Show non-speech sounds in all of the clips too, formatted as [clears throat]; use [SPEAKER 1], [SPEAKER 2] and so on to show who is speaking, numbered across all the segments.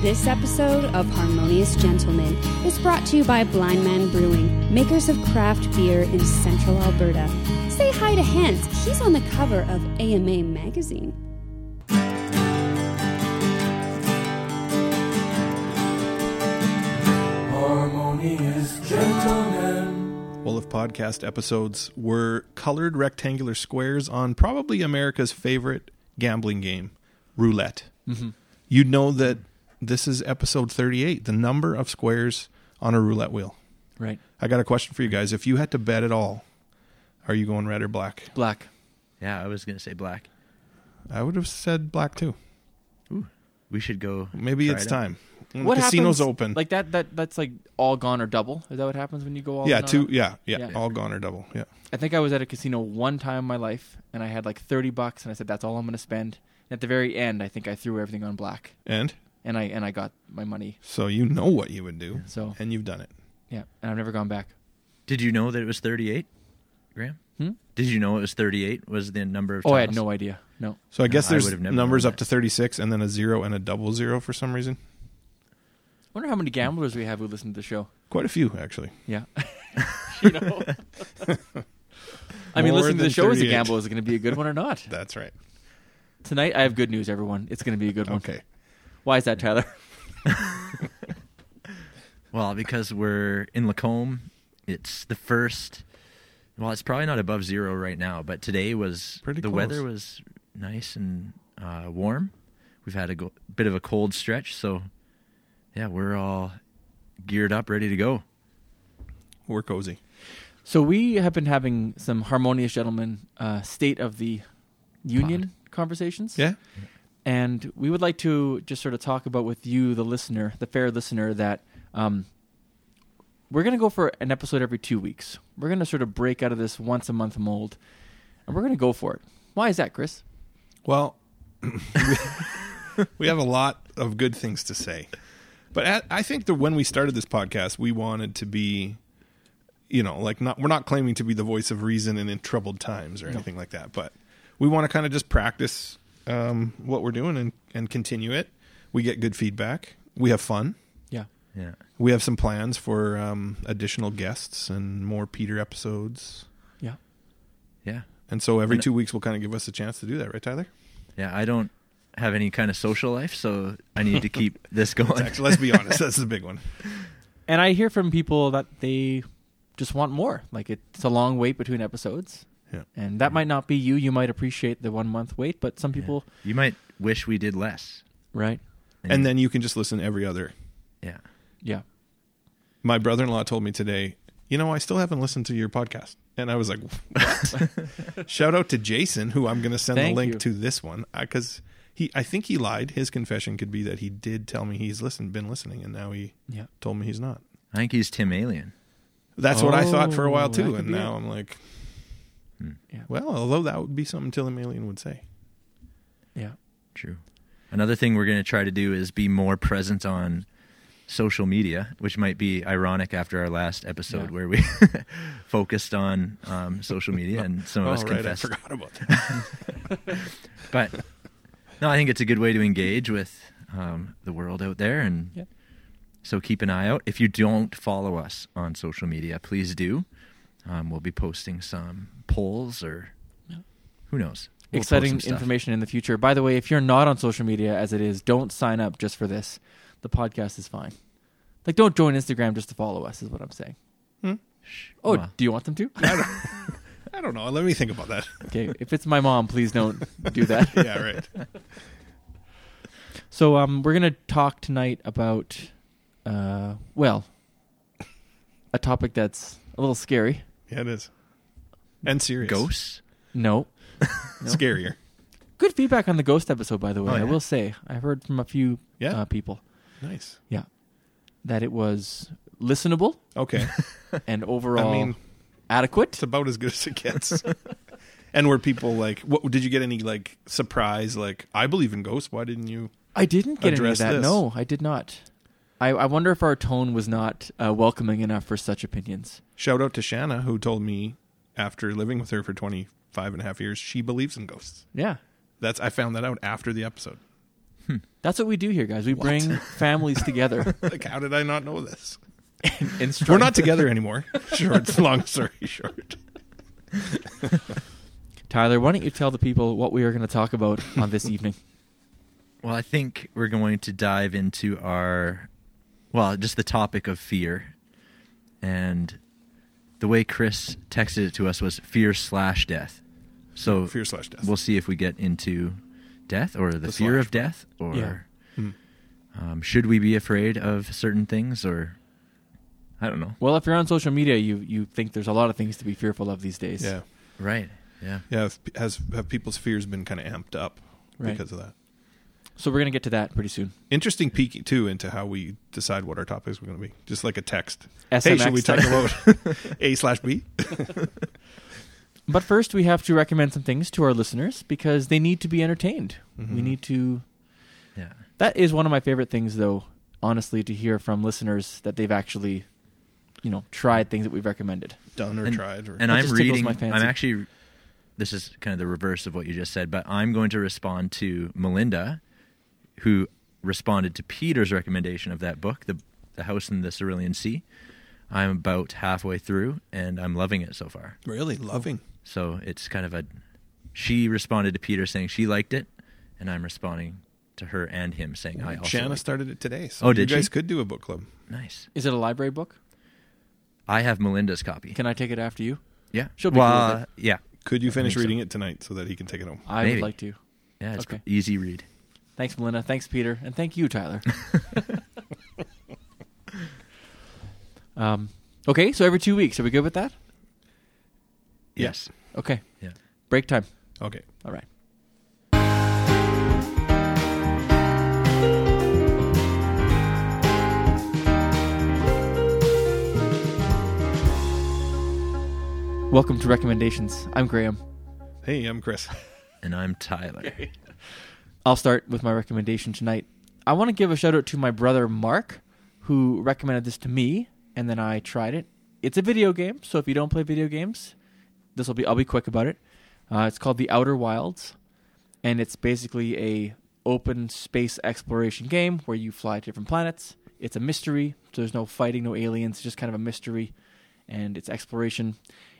[SPEAKER 1] This episode of Harmonious Gentlemen is brought to you by Blind Man Brewing, makers of craft beer in central Alberta. Say hi to Hans, he's on the cover of AMA magazine.
[SPEAKER 2] Harmonious gentlemen.
[SPEAKER 3] Well, if podcast episodes were colored rectangular squares on probably America's favorite gambling game, roulette,
[SPEAKER 4] Mm-hmm.
[SPEAKER 3] you'd know that this is episode 38, the number of squares on a roulette wheel.
[SPEAKER 5] Right.
[SPEAKER 3] I got a question for you guys. If you had to bet at all, are you going red or black?
[SPEAKER 5] Black.
[SPEAKER 4] Yeah, I was gonna say black.
[SPEAKER 3] I would have said black too.
[SPEAKER 4] We should go.
[SPEAKER 3] Maybe
[SPEAKER 4] try
[SPEAKER 3] it's
[SPEAKER 4] it out.
[SPEAKER 3] time. When the Mm, casino's open.
[SPEAKER 5] Like that that that's like all gone or double. Is that what happens when you go all
[SPEAKER 3] yeah,
[SPEAKER 5] in on
[SPEAKER 3] two.
[SPEAKER 5] it?
[SPEAKER 3] Yeah, yeah,
[SPEAKER 5] Yeah.
[SPEAKER 3] all gone or double. Yeah.
[SPEAKER 5] I think I was at a casino one time in my life and I had like 30 bucks and I said that's all I'm going to spend. And at the very end, I think I threw everything on black
[SPEAKER 3] And
[SPEAKER 5] and I and I got my money.
[SPEAKER 3] so you know what you would do,
[SPEAKER 5] So,
[SPEAKER 3] and you've done it.
[SPEAKER 5] yeah, and I've never gone back.
[SPEAKER 4] Did you know that it was 38, Graham?
[SPEAKER 5] Hmm?
[SPEAKER 4] Did you know it was 38 was the number of?
[SPEAKER 5] Oh, I had
[SPEAKER 4] tiles?
[SPEAKER 5] no idea. No.
[SPEAKER 3] So I
[SPEAKER 4] No,
[SPEAKER 3] guess
[SPEAKER 4] I
[SPEAKER 3] there's
[SPEAKER 4] would've never
[SPEAKER 3] numbers
[SPEAKER 4] known
[SPEAKER 3] up to
[SPEAKER 4] that.
[SPEAKER 3] 36 and then a zero and a double zero for some reason.
[SPEAKER 5] wonder how many gamblers we have who listen to
[SPEAKER 3] [laughs]
[SPEAKER 5] the show.
[SPEAKER 3] Quite a few, actually.
[SPEAKER 5] Yeah. you know. [laughs] I mean,
[SPEAKER 3] More
[SPEAKER 5] listening to
[SPEAKER 3] than
[SPEAKER 5] the show is a
[SPEAKER 3] 38.
[SPEAKER 5] gamble. Is it going to be a good one or
[SPEAKER 3] [laughs]
[SPEAKER 5] not?
[SPEAKER 3] That's right.
[SPEAKER 5] Tonight, I have good news, everyone. It's going to be a good one.
[SPEAKER 3] Okay.
[SPEAKER 5] Why is that, Tyler?
[SPEAKER 4] Well, because we're in Lacombe, it's the first. Well, it's probably not above zero right now, but today was
[SPEAKER 3] Pretty
[SPEAKER 4] The
[SPEAKER 3] close.
[SPEAKER 4] weather was nice and uh, warm. We've had a go- bit of a cold stretch, so yeah, we're all geared up, ready to go.
[SPEAKER 3] We're cozy.
[SPEAKER 5] So we have been having some harmonious gentlemen uh, state of the union conversations.
[SPEAKER 3] Yeah.
[SPEAKER 5] And we would like to just sort of talk about with you, the listener, the fair listener, that um, we're going to go for an episode every two weeks. We're going to sort of break out of this once a month mold, and we're going to go for it. Why is that, Chris?
[SPEAKER 3] Well, [laughs] we- we have a lot of good things to say. But at, I think that when we started this podcast, we wanted to be, you know, like not, we're not claiming to be the voice of reason and in troubled times or anything like that. But we want to kind of just practice um, what we're doing and, and continue it. We get good feedback. We have fun.
[SPEAKER 5] Yeah.
[SPEAKER 4] Yeah,
[SPEAKER 3] We have some plans for um, additional guests and more Peter episodes.
[SPEAKER 5] Yeah.
[SPEAKER 4] yeah,
[SPEAKER 3] And so every two weeks will kind of give us a chance to do that, right,
[SPEAKER 5] [laughs]
[SPEAKER 3] Tyler?
[SPEAKER 4] yeah. I don't have any kind of social life, so I need
[SPEAKER 3] [laughs]
[SPEAKER 4] to keep this going.
[SPEAKER 3] Actually, let's be honest, that's the big
[SPEAKER 5] [laughs]
[SPEAKER 3] one.
[SPEAKER 5] And I hear from people that they just want more. Like it's a long wait between episodes.
[SPEAKER 3] Yeah.
[SPEAKER 5] And that might not be you. You might appreciate the one month wait, but some people,
[SPEAKER 4] You might wish we did less.
[SPEAKER 5] right?
[SPEAKER 3] And then you can just listen every other.
[SPEAKER 4] yeah,
[SPEAKER 5] Yeah.
[SPEAKER 3] My brother-in-law told me today, you know, I still haven't listened to your podcast, and I was like, what?
[SPEAKER 5] [laughs]
[SPEAKER 3] Shout out to Jason, who I'm going to send
[SPEAKER 5] Thank
[SPEAKER 3] the link
[SPEAKER 5] you.
[SPEAKER 3] to this one because he, I think he lied. His confession could be that he did tell me he's listened, been listening, and now he
[SPEAKER 5] Yeah.
[SPEAKER 3] told me he's not.
[SPEAKER 4] I think he's Tim Alien.
[SPEAKER 3] That's what I thought for a
[SPEAKER 5] Oh,
[SPEAKER 3] while
[SPEAKER 5] that
[SPEAKER 3] too,
[SPEAKER 5] could
[SPEAKER 3] and
[SPEAKER 5] be
[SPEAKER 3] now
[SPEAKER 5] it. Hmm.
[SPEAKER 3] I'm like,
[SPEAKER 5] Yeah.
[SPEAKER 3] well, although that would be something Tilly Alien would say.
[SPEAKER 5] Yeah.
[SPEAKER 4] True. Another thing we're going to try to do is be more present on social media, which might be ironic after our last episode
[SPEAKER 5] Yeah.
[SPEAKER 4] where we [laughs] focused on um, social media and some
[SPEAKER 3] [laughs]
[SPEAKER 4] of us confessed.
[SPEAKER 3] Oh, I forgot about that.
[SPEAKER 4] But no, I think it's a good way to engage with um, the world out there, and
[SPEAKER 5] Yeah.
[SPEAKER 4] so keep an eye out. If you don't follow us on social media, please do. Um, we'll be posting some polls or
[SPEAKER 5] Yeah.
[SPEAKER 4] who knows. We'll post
[SPEAKER 5] Exciting
[SPEAKER 4] some stuff.
[SPEAKER 5] information in the future. By the way, if you're not on social media as it is, don't sign up just for this. The podcast is fine. Like, don't join Instagram just to follow us, is what I'm saying. Oh,
[SPEAKER 4] Well,
[SPEAKER 5] do you want them to? [laughs]
[SPEAKER 3] I don't know. Let me think about that. [laughs]
[SPEAKER 5] okay. If it's my mom, please don't do that.
[SPEAKER 3] yeah, right.
[SPEAKER 5] So um, we're gonna talk tonight about, uh, well, a topic that's a little scary.
[SPEAKER 3] Yeah, it is. And serious.
[SPEAKER 4] ghosts.
[SPEAKER 5] No,
[SPEAKER 3] Scarier.
[SPEAKER 5] good feedback on the ghost episode, by the way.
[SPEAKER 4] Oh,
[SPEAKER 5] I
[SPEAKER 4] yeah.
[SPEAKER 5] will say I've heard from a few
[SPEAKER 3] Yeah.
[SPEAKER 5] uh, people
[SPEAKER 3] Nice.
[SPEAKER 5] that it was listenable
[SPEAKER 3] Okay.
[SPEAKER 5] and overall
[SPEAKER 3] I mean,
[SPEAKER 5] adequate.
[SPEAKER 3] it's about as good as it gets. [laughs] and were people like, what, did you get any like surprise? Like, I believe in ghosts. Why didn't you?
[SPEAKER 5] I didn't get any of
[SPEAKER 3] address
[SPEAKER 5] that.
[SPEAKER 3] this.
[SPEAKER 5] No, I did not. I, I wonder if our tone was not uh, welcoming enough for such opinions.
[SPEAKER 3] Shout out to Shanna, who told me after living with her for 25 and a half years, she believes in ghosts.
[SPEAKER 5] Yeah,
[SPEAKER 3] That's I found that out after the episode.
[SPEAKER 5] That's what we do here, guys. We bring families together.
[SPEAKER 3] [laughs] Like, how did I not know this?
[SPEAKER 5] and
[SPEAKER 3] [laughs] We're not together anymore. [laughs] Short, long story short.
[SPEAKER 5] Tyler, why don't you tell the people what we are going to talk about on this evening?
[SPEAKER 4] Well, I think we're going to dive into our, well, just the topic of fear. And the way Chris texted it to us was fear slash death. So
[SPEAKER 3] Fear slash death.
[SPEAKER 4] we'll see if we get into death or the,
[SPEAKER 3] The
[SPEAKER 4] fear
[SPEAKER 3] slash
[SPEAKER 4] of death or
[SPEAKER 5] Yeah.
[SPEAKER 3] Hmm.
[SPEAKER 4] um, should we be afraid of certain things or I don't know.
[SPEAKER 5] Well, if you're on social media, you you think there's a lot of things to be fearful of these days.
[SPEAKER 3] yeah,
[SPEAKER 4] Right. Yeah.
[SPEAKER 3] yeah. if- Has have people's fears been kind of amped up
[SPEAKER 5] Right.
[SPEAKER 3] because of that?
[SPEAKER 5] So we're going to get to that pretty soon.
[SPEAKER 3] Interesting peek too into how we decide what our topics were going to be. Just like a text. hey,
[SPEAKER 5] SMX
[SPEAKER 3] should we talk
[SPEAKER 5] type.
[SPEAKER 3] about [laughs] A slash B?
[SPEAKER 5] But first, we have to recommend some things to our listeners because they need to be entertained.
[SPEAKER 3] Mm-hmm.
[SPEAKER 5] We need to.
[SPEAKER 4] Yeah.
[SPEAKER 5] That is one of my favorite things, though. Honestly, to hear from listeners that they've actually, you know, tried things that we've recommended.
[SPEAKER 3] Done or
[SPEAKER 4] and,
[SPEAKER 3] tried? Or,
[SPEAKER 4] and
[SPEAKER 5] It
[SPEAKER 4] I'm
[SPEAKER 5] just tickles
[SPEAKER 4] reading.
[SPEAKER 5] my
[SPEAKER 4] I'm
[SPEAKER 5] fancy.
[SPEAKER 4] actually. This is kind of the reverse of what you just said, but I'm going to respond to Melinda, who responded to Peter's recommendation of that book, the the House in the Cerulean Sea. I'm about halfway through, and I'm loving it so far.
[SPEAKER 3] really loving.
[SPEAKER 4] So it's kind of a. She responded to Peter saying she liked it, and I'm responding to her and him saying I also.
[SPEAKER 3] Shanna
[SPEAKER 4] liked it."
[SPEAKER 3] started it today. So
[SPEAKER 4] Oh,
[SPEAKER 3] you
[SPEAKER 4] did
[SPEAKER 3] guys
[SPEAKER 4] she?
[SPEAKER 3] could do a book club.
[SPEAKER 4] Nice.
[SPEAKER 5] Is it a library book?
[SPEAKER 4] I have Melinda's copy.
[SPEAKER 5] Can I take it after you?
[SPEAKER 4] yeah.
[SPEAKER 5] she'll be cool
[SPEAKER 4] well,
[SPEAKER 5] with
[SPEAKER 4] uh, yeah.
[SPEAKER 3] Could you finish
[SPEAKER 4] think so.
[SPEAKER 3] reading it tonight so that he can take it home?
[SPEAKER 5] I
[SPEAKER 4] Maybe.
[SPEAKER 5] would like to.
[SPEAKER 4] Yeah. It's
[SPEAKER 5] Okay.
[SPEAKER 4] easy read.
[SPEAKER 5] Thanks, Melinda. Thanks, Peter. And thank you, Tyler. um, okay, so every two weeks. Are we good with that?
[SPEAKER 3] Yeah.
[SPEAKER 4] Yes.
[SPEAKER 5] Okay.
[SPEAKER 4] Yeah.
[SPEAKER 5] Break time.
[SPEAKER 3] Okay.
[SPEAKER 5] All right. Welcome to Recommendations. I'm Graham.
[SPEAKER 3] Hey, I'm
[SPEAKER 4] [laughs]
[SPEAKER 3] Chris.
[SPEAKER 4] And I'm Tyler.
[SPEAKER 5] I'll start with my recommendation tonight. I want to give a shout out to my brother Mark, who recommended this to me, and then I tried it. It's a video game, so if you don't play video games, this will be I'll be quick about it. Uh, it's called The Outer Wilds, and it's basically a open space exploration game where you fly to different planets. It's a mystery, so there's no fighting, no aliens, just kind of a mystery, and it's exploration.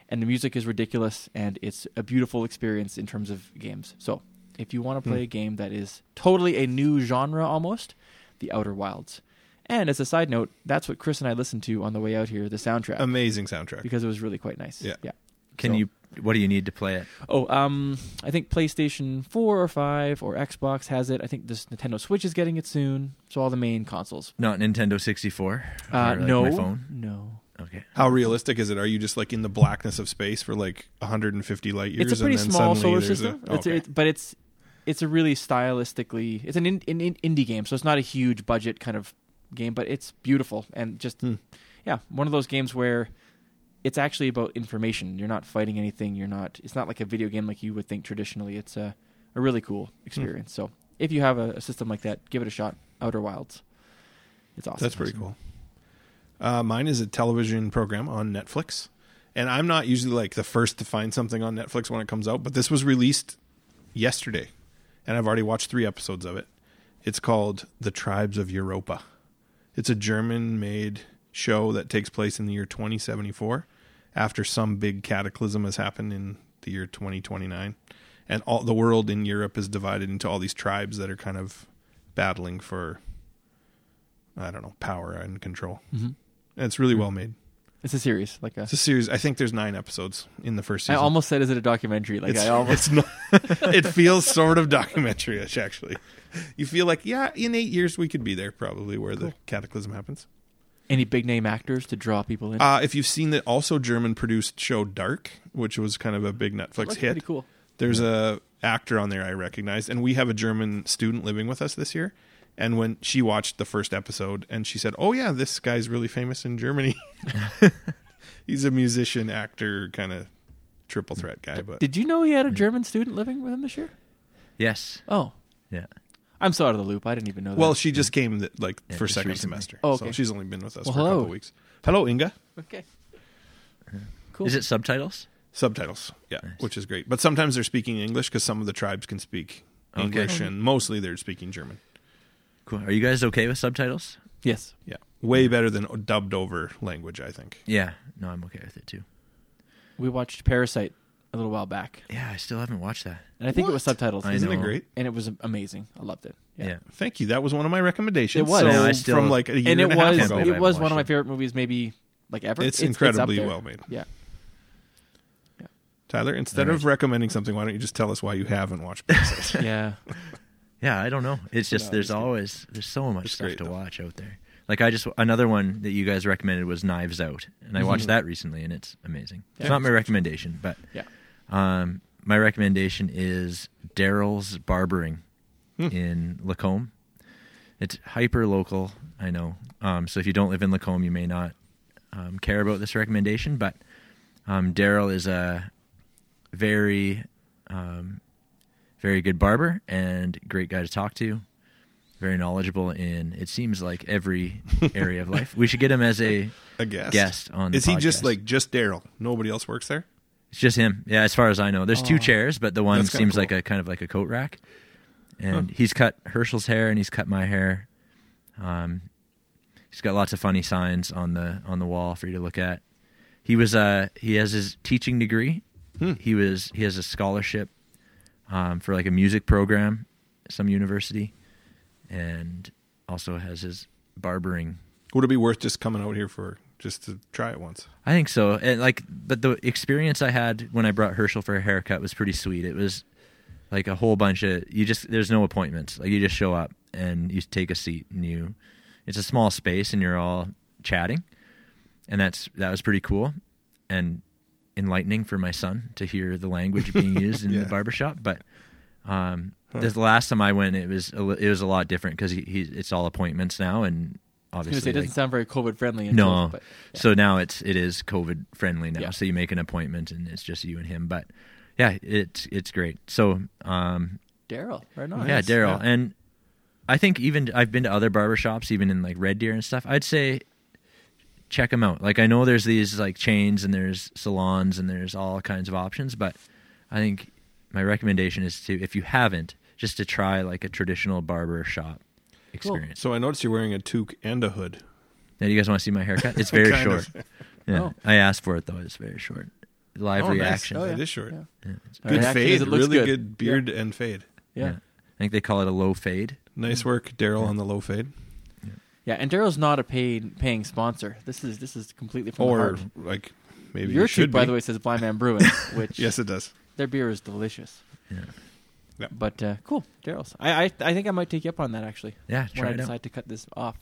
[SPEAKER 5] And the music is ridiculous, and it's a beautiful experience in terms of games. So, if you want to play a game that is totally a new genre almost, The Outer Wilds. And as a side note, that's what Chris and I listened to on the way out here, the soundtrack,
[SPEAKER 3] Amazing soundtrack.
[SPEAKER 5] because it was really quite nice.
[SPEAKER 3] Yeah.
[SPEAKER 5] yeah.
[SPEAKER 4] Can
[SPEAKER 5] So-
[SPEAKER 4] you? What do you need to play it?
[SPEAKER 5] Oh, um, I think PlayStation 4 or 5 or Xbox has it. I think this Nintendo Switch is getting it soon. So all the main consoles.
[SPEAKER 4] Not Nintendo 64.
[SPEAKER 5] Uh,
[SPEAKER 4] Or, like,
[SPEAKER 5] no,
[SPEAKER 4] My phone.
[SPEAKER 5] no.
[SPEAKER 4] Okay.
[SPEAKER 3] How realistic is it? Are you just like in the blackness of space for like 150 light years?
[SPEAKER 5] It's a pretty
[SPEAKER 3] and then
[SPEAKER 5] small solar
[SPEAKER 3] suddenly there's
[SPEAKER 5] system.
[SPEAKER 3] A,
[SPEAKER 5] It's,
[SPEAKER 3] okay.
[SPEAKER 5] it's, but it's it's a really stylistically it's an, in, an in, indie game, so it's not a huge budget kind of game, but it's beautiful and just
[SPEAKER 3] Hmm.
[SPEAKER 5] yeah, one of those games where it's actually about information. You're not fighting anything. You're not. It's not like a video game like you would think traditionally. It's a, a really cool
[SPEAKER 3] Hmm.
[SPEAKER 5] experience. So if you have a, a system like that, give it a shot. Outer Wilds, it's awesome.
[SPEAKER 3] That's pretty cool. Uh, mine is a television program on Netflix, and I'm not usually like the first to find something on Netflix when it comes out, but this was released yesterday, and I've already watched three episodes of it. It's called The Tribes of Europa. It's a German-made show that takes place in the year 2074, after some big cataclysm has happened in the year 2029, and all the world in Europe is divided into all these tribes that are kind of battling for I don't know, power and control. And it's really well made.
[SPEAKER 5] It's a series, like a.
[SPEAKER 3] It's a series. I think there's nine episodes in the first
[SPEAKER 5] I
[SPEAKER 3] season.
[SPEAKER 5] almost said, "Is it a documentary?" Like
[SPEAKER 3] it's,
[SPEAKER 5] I
[SPEAKER 3] it's
[SPEAKER 5] almost.
[SPEAKER 3] not, [laughs] it feels sort of documentary-ish, actually. You feel like, yeah, in eight years we could be there probably where the cataclysm happens.
[SPEAKER 5] Any big name actors to draw people in?
[SPEAKER 3] Uh, if you've seen the also German-produced show Dark, which was kind of a big Netflix
[SPEAKER 5] Looks
[SPEAKER 3] hit,
[SPEAKER 5] pretty cool.
[SPEAKER 3] there's a actor on there I recognized, and we have a German student living with us this year. And when she watched the first episode, and she said, "Oh yeah, this guy's really famous in Germany. He's a musician, actor, kind of triple threat guy." But
[SPEAKER 5] Did you know he had a German student living with him this year?
[SPEAKER 4] Yes.
[SPEAKER 5] Oh,
[SPEAKER 4] Yeah.
[SPEAKER 5] I'm so out of the loop. I didn't even know that.
[SPEAKER 3] well, she just came th- like
[SPEAKER 4] Yeah,
[SPEAKER 3] for
[SPEAKER 4] just
[SPEAKER 3] second
[SPEAKER 4] recently.
[SPEAKER 3] semester,
[SPEAKER 5] Oh,
[SPEAKER 3] so
[SPEAKER 5] okay.
[SPEAKER 3] she's only been with us
[SPEAKER 5] Well,
[SPEAKER 3] for a couple
[SPEAKER 5] hello.
[SPEAKER 3] weeks. Hello, Inga.
[SPEAKER 5] okay. Cool.
[SPEAKER 4] Is it subtitles?
[SPEAKER 3] Subtitles, yeah, which is great. But sometimes they're speaking English because some of the tribes can speak
[SPEAKER 4] Okay.
[SPEAKER 3] English, and mostly they're speaking German.
[SPEAKER 4] Cool. Are you guys okay with subtitles?
[SPEAKER 5] Yes.
[SPEAKER 3] Yeah, way better than dubbed over language. I think.
[SPEAKER 4] Yeah. No, I'm okay with it too.
[SPEAKER 5] We watched Parasite a little while back,
[SPEAKER 4] Yeah, I still haven't watched that.
[SPEAKER 5] and I think it was
[SPEAKER 3] What?
[SPEAKER 5] subtitles.
[SPEAKER 4] I
[SPEAKER 3] Isn't it
[SPEAKER 4] know.
[SPEAKER 3] great?
[SPEAKER 5] And it was amazing. I loved it.
[SPEAKER 4] Yeah.
[SPEAKER 3] Thank you. That was one of my recommendations.
[SPEAKER 5] It was.
[SPEAKER 3] So
[SPEAKER 5] Yeah,
[SPEAKER 4] I still-
[SPEAKER 3] from like a year
[SPEAKER 5] and it
[SPEAKER 3] and a
[SPEAKER 5] was
[SPEAKER 3] half
[SPEAKER 4] ago.
[SPEAKER 5] it
[SPEAKER 4] I
[SPEAKER 5] was
[SPEAKER 4] watched
[SPEAKER 5] one of my
[SPEAKER 4] it.
[SPEAKER 5] favorite movies, maybe like ever.
[SPEAKER 3] It's
[SPEAKER 5] up
[SPEAKER 3] incredibly
[SPEAKER 5] there.
[SPEAKER 3] well made.
[SPEAKER 5] Yeah.
[SPEAKER 3] Tyler, instead
[SPEAKER 4] All
[SPEAKER 3] of
[SPEAKER 4] right.
[SPEAKER 3] recommending something, why don't you just tell us why you haven't watched
[SPEAKER 4] [laughs]
[SPEAKER 3] Parasite?
[SPEAKER 5] [laughs] Yeah.
[SPEAKER 4] Yeah, I don't know. It's just
[SPEAKER 5] No,
[SPEAKER 4] there's
[SPEAKER 5] it's good.
[SPEAKER 4] always there's so much
[SPEAKER 3] It's
[SPEAKER 4] stuff
[SPEAKER 3] great,
[SPEAKER 4] to
[SPEAKER 3] though.
[SPEAKER 4] watch out there. Like I just another one that you guys recommended was Knives Out, and I watched that recently, and it's amazing.
[SPEAKER 5] Mm-hmm. Yeah.
[SPEAKER 4] It's not my recommendation, but
[SPEAKER 5] Yeah.
[SPEAKER 4] um, my recommendation is Daryl's Barbering
[SPEAKER 5] Hmm.
[SPEAKER 4] in Lacombe. It's hyper local, I know. Um, so if you don't live in Lacombe, you may not um, care about this recommendation, but um, Daryl is a very, um, very good barber and great guy to talk to. Very knowledgeable in it seems like
[SPEAKER 3] [laughs]
[SPEAKER 4] every area of life. We should get him as a
[SPEAKER 3] a guest.
[SPEAKER 4] Guest on the
[SPEAKER 3] Is he just
[SPEAKER 4] podcast.
[SPEAKER 3] like just Daryl? Nobody else works there.
[SPEAKER 4] It's just him. Yeah, as far as I know. There's two
[SPEAKER 5] Oh.
[SPEAKER 4] chairs, but the one
[SPEAKER 3] That's kinda
[SPEAKER 4] seems
[SPEAKER 3] cool.
[SPEAKER 4] like a kind of like a coat rack. And he's cut Herschel's hair and he's cut my hair. Um, he's got lots of funny signs on the on the wall for you to look at. He was uh he has his teaching degree. He was he has a scholarship um, for like a music program at some university and also has his barbering
[SPEAKER 3] Would it be worth just coming out here for just to try it once?
[SPEAKER 4] I think so. And like, but the experience I had when I brought Herschel for a haircut was pretty sweet. It was like a whole bunch of you just there's no appointments. Like you just show up and you take a seat and you it's a small space and you're all chatting. And that's that was pretty cool and enlightening for my son to hear the language being used in
[SPEAKER 3] Yeah.
[SPEAKER 4] the barbershop, but um the last time I went it was a, li- it was a lot different cuz he, he it's all appointments now and
[SPEAKER 5] I was gonna
[SPEAKER 4] obviously
[SPEAKER 5] say it
[SPEAKER 4] like-
[SPEAKER 5] doesn't sound very COVID friendly.
[SPEAKER 4] no.
[SPEAKER 5] but yeah.
[SPEAKER 4] So now it's it is COVID friendly now.
[SPEAKER 5] Yeah.
[SPEAKER 4] So you make an appointment and it's just you and him. But yeah, it's it's great. So um
[SPEAKER 5] Daryl, right on.
[SPEAKER 4] yeah,
[SPEAKER 3] Oh, Nice.
[SPEAKER 4] Daryl.
[SPEAKER 3] Yeah.
[SPEAKER 4] And I think even I've been to other barbershops, even in like Red Deer and stuff. I'd say check them out. Like I know there's these like chains and there's salons and there's all kinds of options, but I think my recommendation is to if you haven't, just to try like a traditional barber shop experience.
[SPEAKER 3] So I noticed you're wearing a toque and a hood.
[SPEAKER 4] Now, do you guys want to see my
[SPEAKER 3] [laughs]
[SPEAKER 4] haircut? It's very
[SPEAKER 3] Kind
[SPEAKER 4] short.
[SPEAKER 3] of.
[SPEAKER 4] Yeah,
[SPEAKER 5] Oh.
[SPEAKER 4] I asked for it though. It's very short. Live
[SPEAKER 3] Oh, nice.
[SPEAKER 4] reaction.
[SPEAKER 3] Oh,
[SPEAKER 5] yeah.
[SPEAKER 3] It is short.
[SPEAKER 5] Yeah.
[SPEAKER 4] Yeah.
[SPEAKER 3] Good
[SPEAKER 5] Our reaction
[SPEAKER 3] fade.
[SPEAKER 5] is it looks
[SPEAKER 3] really
[SPEAKER 5] good.
[SPEAKER 3] good, beard and fade.
[SPEAKER 5] Yeah.
[SPEAKER 4] Yeah.
[SPEAKER 5] Yeah.
[SPEAKER 4] I think they call it a low fade.
[SPEAKER 3] Nice work, Daryl, on the low fade.
[SPEAKER 5] And Daryl's not a paid paying sponsor. This is this is completely from the
[SPEAKER 3] Or
[SPEAKER 5] heart.
[SPEAKER 3] like maybe
[SPEAKER 5] Your
[SPEAKER 3] you should
[SPEAKER 5] shoot, by
[SPEAKER 3] be.
[SPEAKER 5] the way, says Blind
[SPEAKER 3] [laughs]
[SPEAKER 5] Man Brewing, which
[SPEAKER 3] Yes, it does.
[SPEAKER 5] their beer is delicious.
[SPEAKER 4] Yeah.
[SPEAKER 3] Yep.
[SPEAKER 5] But uh, cool, Daryl's. I, I I think I might take you up on that actually.
[SPEAKER 4] Yeah,
[SPEAKER 5] when
[SPEAKER 4] try
[SPEAKER 5] I
[SPEAKER 4] it out.
[SPEAKER 5] decide to cut this off.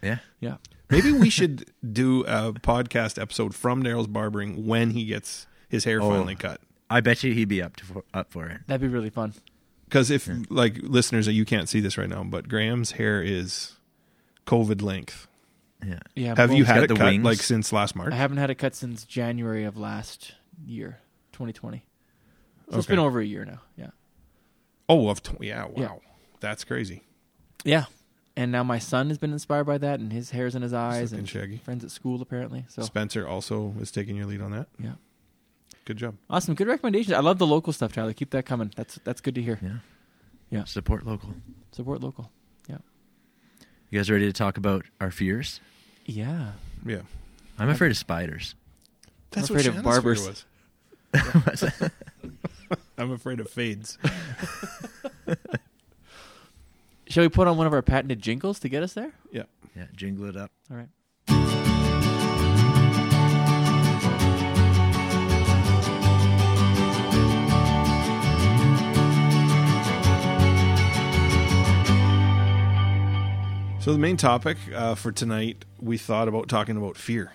[SPEAKER 4] Yeah.
[SPEAKER 5] Yeah.
[SPEAKER 3] Maybe we should do a podcast episode from Daryl's barbering when he gets his hair
[SPEAKER 4] Oh.
[SPEAKER 3] finally cut.
[SPEAKER 4] I bet you he'd be up to for, up for it.
[SPEAKER 5] That'd be really fun.
[SPEAKER 3] Because if like listeners, you can't see this right now, but Graham's hair is COVID length.
[SPEAKER 4] Yeah.
[SPEAKER 5] Yeah.
[SPEAKER 3] Have you
[SPEAKER 4] He's got
[SPEAKER 3] had it
[SPEAKER 4] the
[SPEAKER 3] cut
[SPEAKER 4] wings.
[SPEAKER 3] like since last March?
[SPEAKER 5] I haven't had it cut since January of last year, 2020. So it's
[SPEAKER 3] Okay.
[SPEAKER 5] been over a year now. Yeah.
[SPEAKER 3] Oh, of tw- yeah, wow,
[SPEAKER 5] Yeah.
[SPEAKER 3] that's crazy.
[SPEAKER 5] Yeah. And now my son has been inspired by that, and his hair's in his eyes,
[SPEAKER 3] looking
[SPEAKER 5] and
[SPEAKER 3] shaggy.
[SPEAKER 5] friends at school apparently. So
[SPEAKER 3] Spencer also is taking your lead on that.
[SPEAKER 5] yeah,
[SPEAKER 3] Good job.
[SPEAKER 5] awesome. Good recommendations. I love the local stuff, Tyler. Keep that coming. That's that's good to hear.
[SPEAKER 4] Yeah.
[SPEAKER 5] Yeah.
[SPEAKER 4] Support local.
[SPEAKER 5] Support local. Yeah.
[SPEAKER 4] You guys ready to talk about our fears?
[SPEAKER 5] Yeah.
[SPEAKER 3] Yeah,
[SPEAKER 4] I'm afraid of spiders.
[SPEAKER 3] that's
[SPEAKER 5] I'm
[SPEAKER 3] what
[SPEAKER 5] afraid of
[SPEAKER 3] Shannon's
[SPEAKER 5] barbers.
[SPEAKER 3] fear was.
[SPEAKER 5] [laughs]
[SPEAKER 3] [laughs] I'm afraid of fades.
[SPEAKER 5] Shall we put on one of our patented jingles to get us there?
[SPEAKER 3] Yeah,
[SPEAKER 4] Yeah, jingle it up.
[SPEAKER 5] All right.
[SPEAKER 3] So the main topic uh, for tonight, we thought about talking about fear,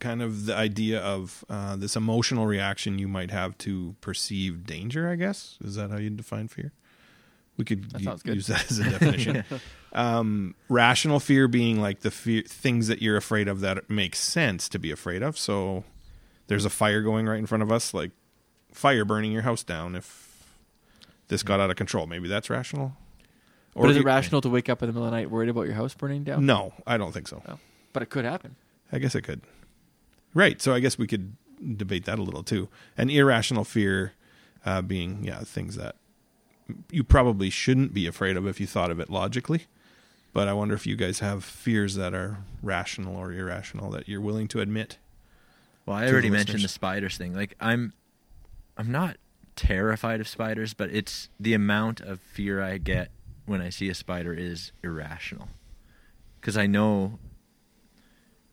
[SPEAKER 3] kind of the idea of uh, this emotional reaction you might have to perceived danger. I guess is that how you define fear? We could
[SPEAKER 5] That
[SPEAKER 3] u-
[SPEAKER 5] sounds good.
[SPEAKER 3] use that as a definition.
[SPEAKER 5] [laughs]
[SPEAKER 3] um, rational fear being like the fear, things that you're afraid of that make sense to be afraid of. So there's a fire going right in front of us, like fire burning your house down. If this got out of control, maybe that's rational.
[SPEAKER 5] but is it
[SPEAKER 3] you-
[SPEAKER 5] rational to wake up in the middle of the night worried about your house burning down?
[SPEAKER 3] No, I don't think so.
[SPEAKER 5] Oh. But it could happen.
[SPEAKER 3] I guess it could. Right. So I guess we could debate that a little too. An irrational fear uh, being, yeah, things that you probably shouldn't be afraid of if you thought of it logically. But I wonder if you guys have fears that are rational or irrational that you're willing to admit.
[SPEAKER 4] Well,
[SPEAKER 3] to
[SPEAKER 4] I
[SPEAKER 3] the
[SPEAKER 4] already mentioned the
[SPEAKER 3] listeners.
[SPEAKER 4] spiders thing. Like I'm I'm not terrified of spiders, but it's the amount of fear I get when I see a spider is irrational. Cuz I know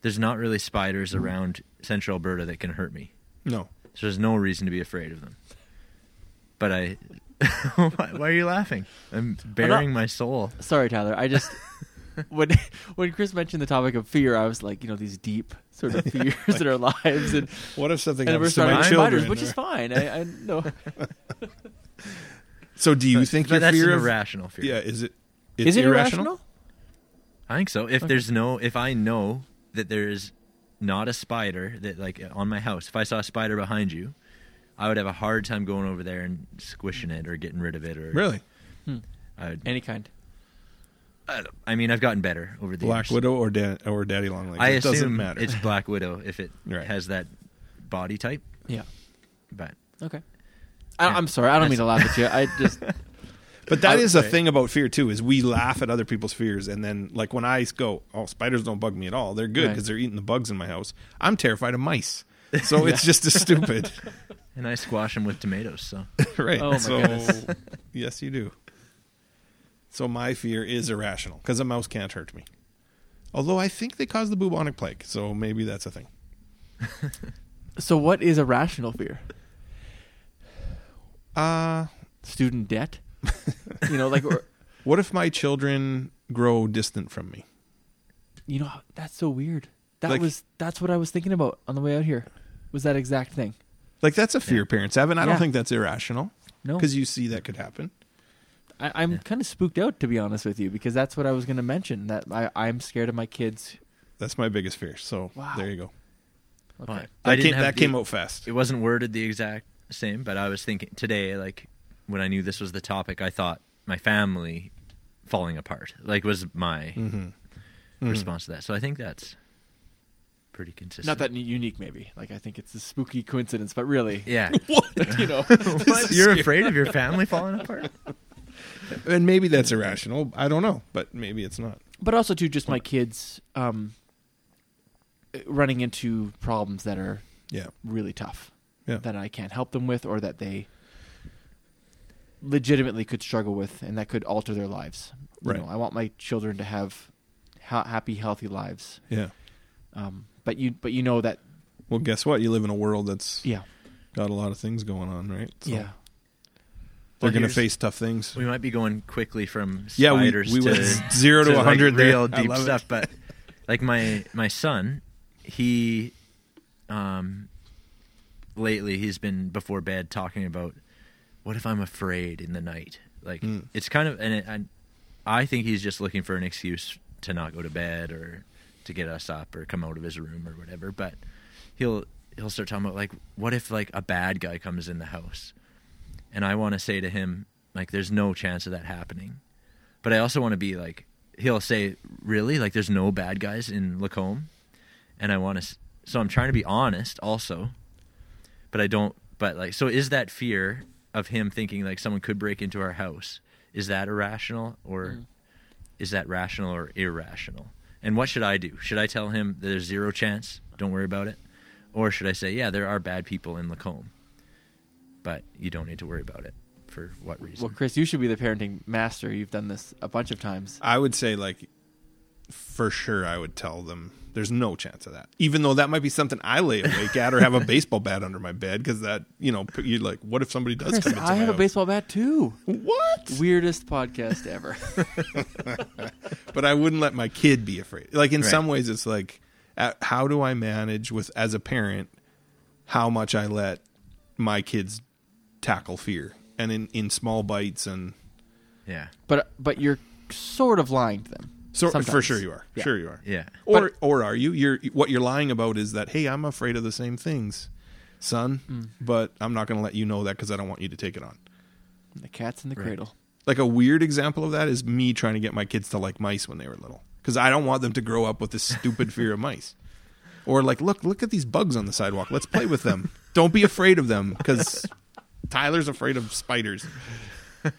[SPEAKER 4] there's not really spiders
[SPEAKER 3] Mm-hmm.
[SPEAKER 4] around central Alberta that can hurt me.
[SPEAKER 3] No,
[SPEAKER 4] So there's no reason to be afraid of them. But I [laughs] why, why are you laughing? I'm bearing my soul.
[SPEAKER 5] Sorry, Tyler. I [laughs] just when when Chris mentioned the topic of fear, I was like, you know, these deep sort [laughs] of fears in our lives, [laughs] and
[SPEAKER 3] What if something
[SPEAKER 5] and we're
[SPEAKER 3] happens to
[SPEAKER 5] starting
[SPEAKER 3] my
[SPEAKER 5] with
[SPEAKER 3] children?
[SPEAKER 5] spiders, which is fine. I, I [laughs] know.
[SPEAKER 3] so, do you think
[SPEAKER 4] but
[SPEAKER 3] your
[SPEAKER 4] that's
[SPEAKER 3] fear
[SPEAKER 4] an
[SPEAKER 3] of
[SPEAKER 4] irrational fear.
[SPEAKER 3] yeah is it it's
[SPEAKER 5] Is it
[SPEAKER 3] irrational?
[SPEAKER 5] irrational?
[SPEAKER 4] I think so. If there's no, if I know that there is not a spider that like on my house, if I saw a spider behind you, I would have a hard time going over there and squishing it or getting rid of it. Or
[SPEAKER 3] Really,
[SPEAKER 4] I, would-
[SPEAKER 5] Any kind.
[SPEAKER 4] I, I mean, I've gotten better over the
[SPEAKER 3] Black
[SPEAKER 4] years.
[SPEAKER 3] Widow or da- or Daddy Long Legs?
[SPEAKER 4] I
[SPEAKER 3] it
[SPEAKER 4] assume
[SPEAKER 3] doesn't matter.
[SPEAKER 4] it's Black Widow if it
[SPEAKER 3] [laughs] Right.
[SPEAKER 4] has that body type.
[SPEAKER 5] Yeah.
[SPEAKER 4] But
[SPEAKER 5] Okay. I, I'm sorry. I don't mean to laugh at you. [laughs] I just
[SPEAKER 3] But that
[SPEAKER 4] I-
[SPEAKER 3] is a
[SPEAKER 4] right.
[SPEAKER 3] thing about fear too. Is we laugh at other people's fears, and then like when I go, "Oh, spiders don't bug me at all. They're good
[SPEAKER 5] Right.
[SPEAKER 3] because they're eating the bugs in my house." I'm terrified of mice,
[SPEAKER 5] [laughs]
[SPEAKER 3] so it's just as stupid,
[SPEAKER 4] and I squash them with tomatoes.
[SPEAKER 3] [laughs]
[SPEAKER 4] So
[SPEAKER 3] right?
[SPEAKER 5] Oh, my
[SPEAKER 3] so
[SPEAKER 5] goodness.
[SPEAKER 3] yes, you do. So my fear is irrational because a mouse can't hurt me. Although I think they cause the bubonic plague, so maybe that's a thing.
[SPEAKER 5] so what is a rational fear?
[SPEAKER 3] Uh
[SPEAKER 5] Student debt. [laughs] You know, like or,
[SPEAKER 3] what if my children grow distant from me?
[SPEAKER 5] you know that's so weird. That
[SPEAKER 3] Like-
[SPEAKER 5] was that's what I was thinking about on the way out here. Was that exact thing?
[SPEAKER 3] Like that's a fear parents have, and I
[SPEAKER 5] Yeah.
[SPEAKER 3] don't think that's irrational
[SPEAKER 5] No.
[SPEAKER 3] because you see that could happen.
[SPEAKER 5] I, I'm kind of spooked out to be honest with you because that's what I was going to mention. That I, I'm scared of my kids.
[SPEAKER 3] That's my biggest fear. So
[SPEAKER 5] Wow.
[SPEAKER 3] there you go.
[SPEAKER 5] Okay.
[SPEAKER 4] But
[SPEAKER 3] That,
[SPEAKER 4] I didn't
[SPEAKER 3] came,
[SPEAKER 4] have
[SPEAKER 3] that
[SPEAKER 4] the-
[SPEAKER 3] came out fast.
[SPEAKER 4] it wasn't worded the exact same, but I was thinking today, like when I knew this was the topic, I thought my family falling apart, like was my
[SPEAKER 3] Mm-hmm.
[SPEAKER 4] response to that. So I think that's pretty consistent.
[SPEAKER 5] Not that unique, maybe. Like I think it's a spooky coincidence, but really,
[SPEAKER 4] [laughs] Yeah.
[SPEAKER 5] [laughs] you know,
[SPEAKER 4] [laughs] You're afraid of your family falling apart?
[SPEAKER 3] Mm-hmm. And maybe that's irrational. I don't know, but maybe it's not.
[SPEAKER 5] but also too just my kids um, running into problems that are
[SPEAKER 3] Yeah.
[SPEAKER 5] really tough
[SPEAKER 3] Yeah.
[SPEAKER 5] that I can't help them with or that they legitimately could struggle with and that could alter their lives. You
[SPEAKER 3] Right.
[SPEAKER 5] know, I want my children to have ha- happy, healthy lives.
[SPEAKER 3] Yeah.
[SPEAKER 5] Um, but you, but you know that,
[SPEAKER 3] Well, guess what? You live in a world that's
[SPEAKER 5] yeah,
[SPEAKER 3] got a lot of things going on, right? So
[SPEAKER 5] yeah.
[SPEAKER 3] They're
[SPEAKER 4] Well,
[SPEAKER 3] going to
[SPEAKER 4] here's-
[SPEAKER 3] face tough things.
[SPEAKER 4] We might be going quickly from
[SPEAKER 3] Yeah, we-
[SPEAKER 4] spiders
[SPEAKER 3] we
[SPEAKER 4] to
[SPEAKER 3] went
[SPEAKER 4] [laughs]
[SPEAKER 3] zero to
[SPEAKER 4] like,
[SPEAKER 3] 100 there.
[SPEAKER 4] real
[SPEAKER 3] I
[SPEAKER 4] deep
[SPEAKER 3] love it.
[SPEAKER 4] stuff. But like my my son, he um lately he's been before bed talking about what if I'm afraid in the night? Like it's kind of and, it, and I think he's just looking for an excuse to not go to bed or to get us up or come out of his room or whatever. But he'll he'll start talking about like what if like a bad guy comes in the house and I want to say to him, like, there's no chance of that happening. But I also want to be like, he'll say, really? Like, there's no bad guys in Lacombe? And I want to, so I'm trying to be honest also, but I don't, but like, so is that fear of him thinking like someone could break into our house? Is that irrational or is that rational or irrational? And what should I do? Should I tell him that there's zero chance? Don't worry about it. Or should I say, yeah, there are bad people in Lacombe? but you don't need to worry about it for what reason.
[SPEAKER 5] Well, Chris, you should be the parenting master. You've done this a bunch of times.
[SPEAKER 3] I would say, like, for sure, I would tell them there's no chance of that. Even though that might be something I lay awake at or have a baseball bat under my bed because that, you know, you're like, what if somebody does
[SPEAKER 5] Chris,
[SPEAKER 3] come into
[SPEAKER 5] I
[SPEAKER 3] my
[SPEAKER 5] have a
[SPEAKER 3] house?
[SPEAKER 5] baseball bat too.
[SPEAKER 3] What?
[SPEAKER 5] [laughs] Weirdest podcast ever.
[SPEAKER 3] but I wouldn't let my kid be afraid. Like in
[SPEAKER 4] Right.
[SPEAKER 3] some ways, it's like, uh, how do I manage with as a parent how much I let my kids tackle fear and in in small bites and
[SPEAKER 4] yeah,
[SPEAKER 5] [laughs] but but you're sort of lying to them.
[SPEAKER 3] so for
[SPEAKER 5] Sometimes.
[SPEAKER 3] sure you are,
[SPEAKER 5] Yeah.
[SPEAKER 3] sure you are,
[SPEAKER 4] yeah.
[SPEAKER 3] Or or are you? You're what you're lying about is that hey, I'm afraid of the same things, son, but I'm not going to let you know that because I don't want you to take it on.
[SPEAKER 5] The cat's in the cradle.
[SPEAKER 3] like a weird example of that is me trying to get my kids to like mice when they were little because I don't want them to grow up with this stupid fear of mice. Or like, look, look at these bugs on the sidewalk. Let's play with them. Don't be afraid of them because Tyler's afraid of spiders.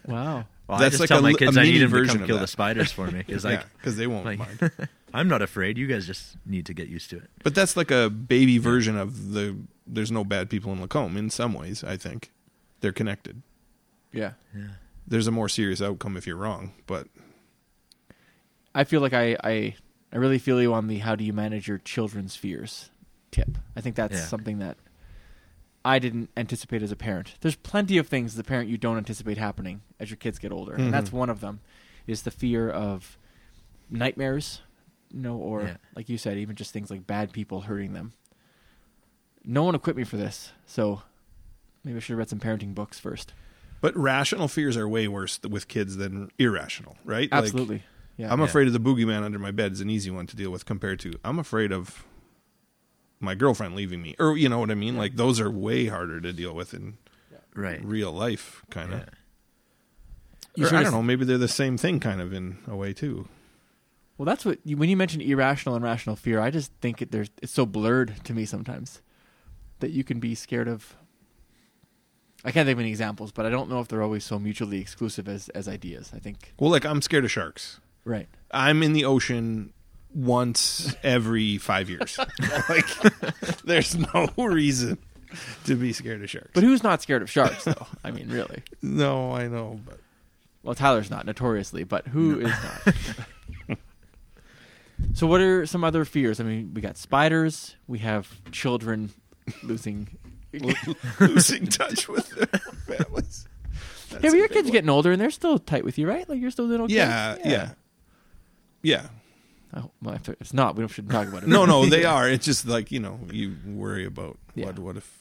[SPEAKER 5] Wow.
[SPEAKER 4] Well,
[SPEAKER 3] That's
[SPEAKER 4] I just
[SPEAKER 3] like
[SPEAKER 4] tell
[SPEAKER 3] a
[SPEAKER 4] my
[SPEAKER 3] li-
[SPEAKER 4] kids
[SPEAKER 3] a
[SPEAKER 4] I need
[SPEAKER 3] mini
[SPEAKER 4] them to
[SPEAKER 3] version
[SPEAKER 4] come
[SPEAKER 3] of
[SPEAKER 4] kill the
[SPEAKER 3] that.
[SPEAKER 4] spiders for me
[SPEAKER 3] [laughs]
[SPEAKER 4] because
[SPEAKER 3] Yeah, 'cause they won't
[SPEAKER 4] like,
[SPEAKER 3] mind.
[SPEAKER 4] I'm not afraid. You guys just need to get used to it.
[SPEAKER 3] But that's like a baby version of the there's no bad people in Lacombe in some ways, I think. They're connected.
[SPEAKER 5] Yeah.
[SPEAKER 3] There's a more serious outcome if you're wrong, but
[SPEAKER 5] I feel like I, I I really feel you on the how do you manage your children's fears tip. I think that's
[SPEAKER 4] Yeah.
[SPEAKER 5] something that I didn't anticipate as a parent. There's plenty of things as a parent you don't anticipate happening as your kids get older, and
[SPEAKER 3] Mm-hmm.
[SPEAKER 5] that's one of them. Is the fear of nightmares, you know, or
[SPEAKER 4] Yeah.
[SPEAKER 5] like you said, even just things like bad people hurting them. No one equipped me for this, so maybe I should have read some parenting books first.
[SPEAKER 3] but rational fears are way worse th- with kids than irrational, right? Like,
[SPEAKER 5] Absolutely, yeah.
[SPEAKER 3] I'm afraid of the boogeyman under my bed is an easy one to deal with compared to I'm afraid of my girlfriend leaving me. Or you know what I mean? Like those are way harder to deal with in
[SPEAKER 4] Right.
[SPEAKER 3] real life kind of.
[SPEAKER 4] Yeah.
[SPEAKER 5] You
[SPEAKER 3] Or
[SPEAKER 5] sort
[SPEAKER 3] I
[SPEAKER 5] of-
[SPEAKER 3] don't know, maybe they're the same thing kind of in a way too.
[SPEAKER 5] Well, that's what you, when you mentioned irrational and rational fear, I just think it, there's it's so blurred to me sometimes that you can be scared of. I can't think of any examples, but I don't know if they're always so mutually exclusive as as ideas. I think
[SPEAKER 3] Well, like I'm scared of sharks.
[SPEAKER 5] right.
[SPEAKER 3] I'm in the ocean once every five
[SPEAKER 5] [laughs]
[SPEAKER 3] years. [laughs] like, there's no reason to be scared of sharks.
[SPEAKER 5] But who's not scared of sharks, though? [laughs] I mean, really.
[SPEAKER 3] no, I know,
[SPEAKER 5] [laughs]
[SPEAKER 3] but
[SPEAKER 5] Well, Tyler's not notoriously, but who is not? so, what are some other fears? I mean, we got spiders. We have children
[SPEAKER 3] [laughs]
[SPEAKER 5] losing.
[SPEAKER 3] lo- losing touch with their families.
[SPEAKER 5] yeah, but your kids getting older, and they're still tight with you, right? Like you're still little.
[SPEAKER 3] Yeah,
[SPEAKER 5] kids?
[SPEAKER 3] yeah, yeah.
[SPEAKER 5] Oh, well, if it's not. We don't should talk about
[SPEAKER 3] [laughs]
[SPEAKER 5] it.
[SPEAKER 3] No, no,
[SPEAKER 5] [laughs]
[SPEAKER 3] they are. It's just like you know, you worry about
[SPEAKER 5] Yeah.
[SPEAKER 3] what what if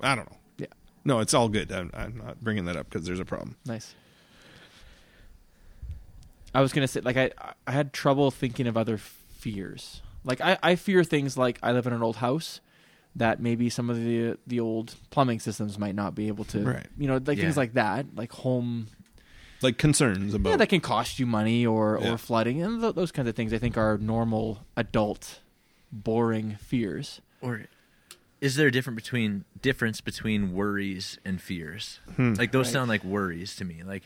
[SPEAKER 3] I don't know.
[SPEAKER 5] Yeah.
[SPEAKER 3] No, it's all good. I'm, I'm not bringing that up because there's a problem.
[SPEAKER 5] Nice. I was gonna say like I I had trouble thinking of other fears. Like I I fear things like I live in an old house that maybe some of the the old plumbing systems might not be able to
[SPEAKER 3] Right.
[SPEAKER 5] you know like things
[SPEAKER 4] Yeah.
[SPEAKER 5] like that like home
[SPEAKER 3] Like concerns about
[SPEAKER 5] yeah that can cost you money or
[SPEAKER 3] Yeah.
[SPEAKER 5] or flooding and th- those kinds of things I think are normal adult boring fears.
[SPEAKER 4] Or is there a different between difference between worries and fears? Like those sound like worries to me. Like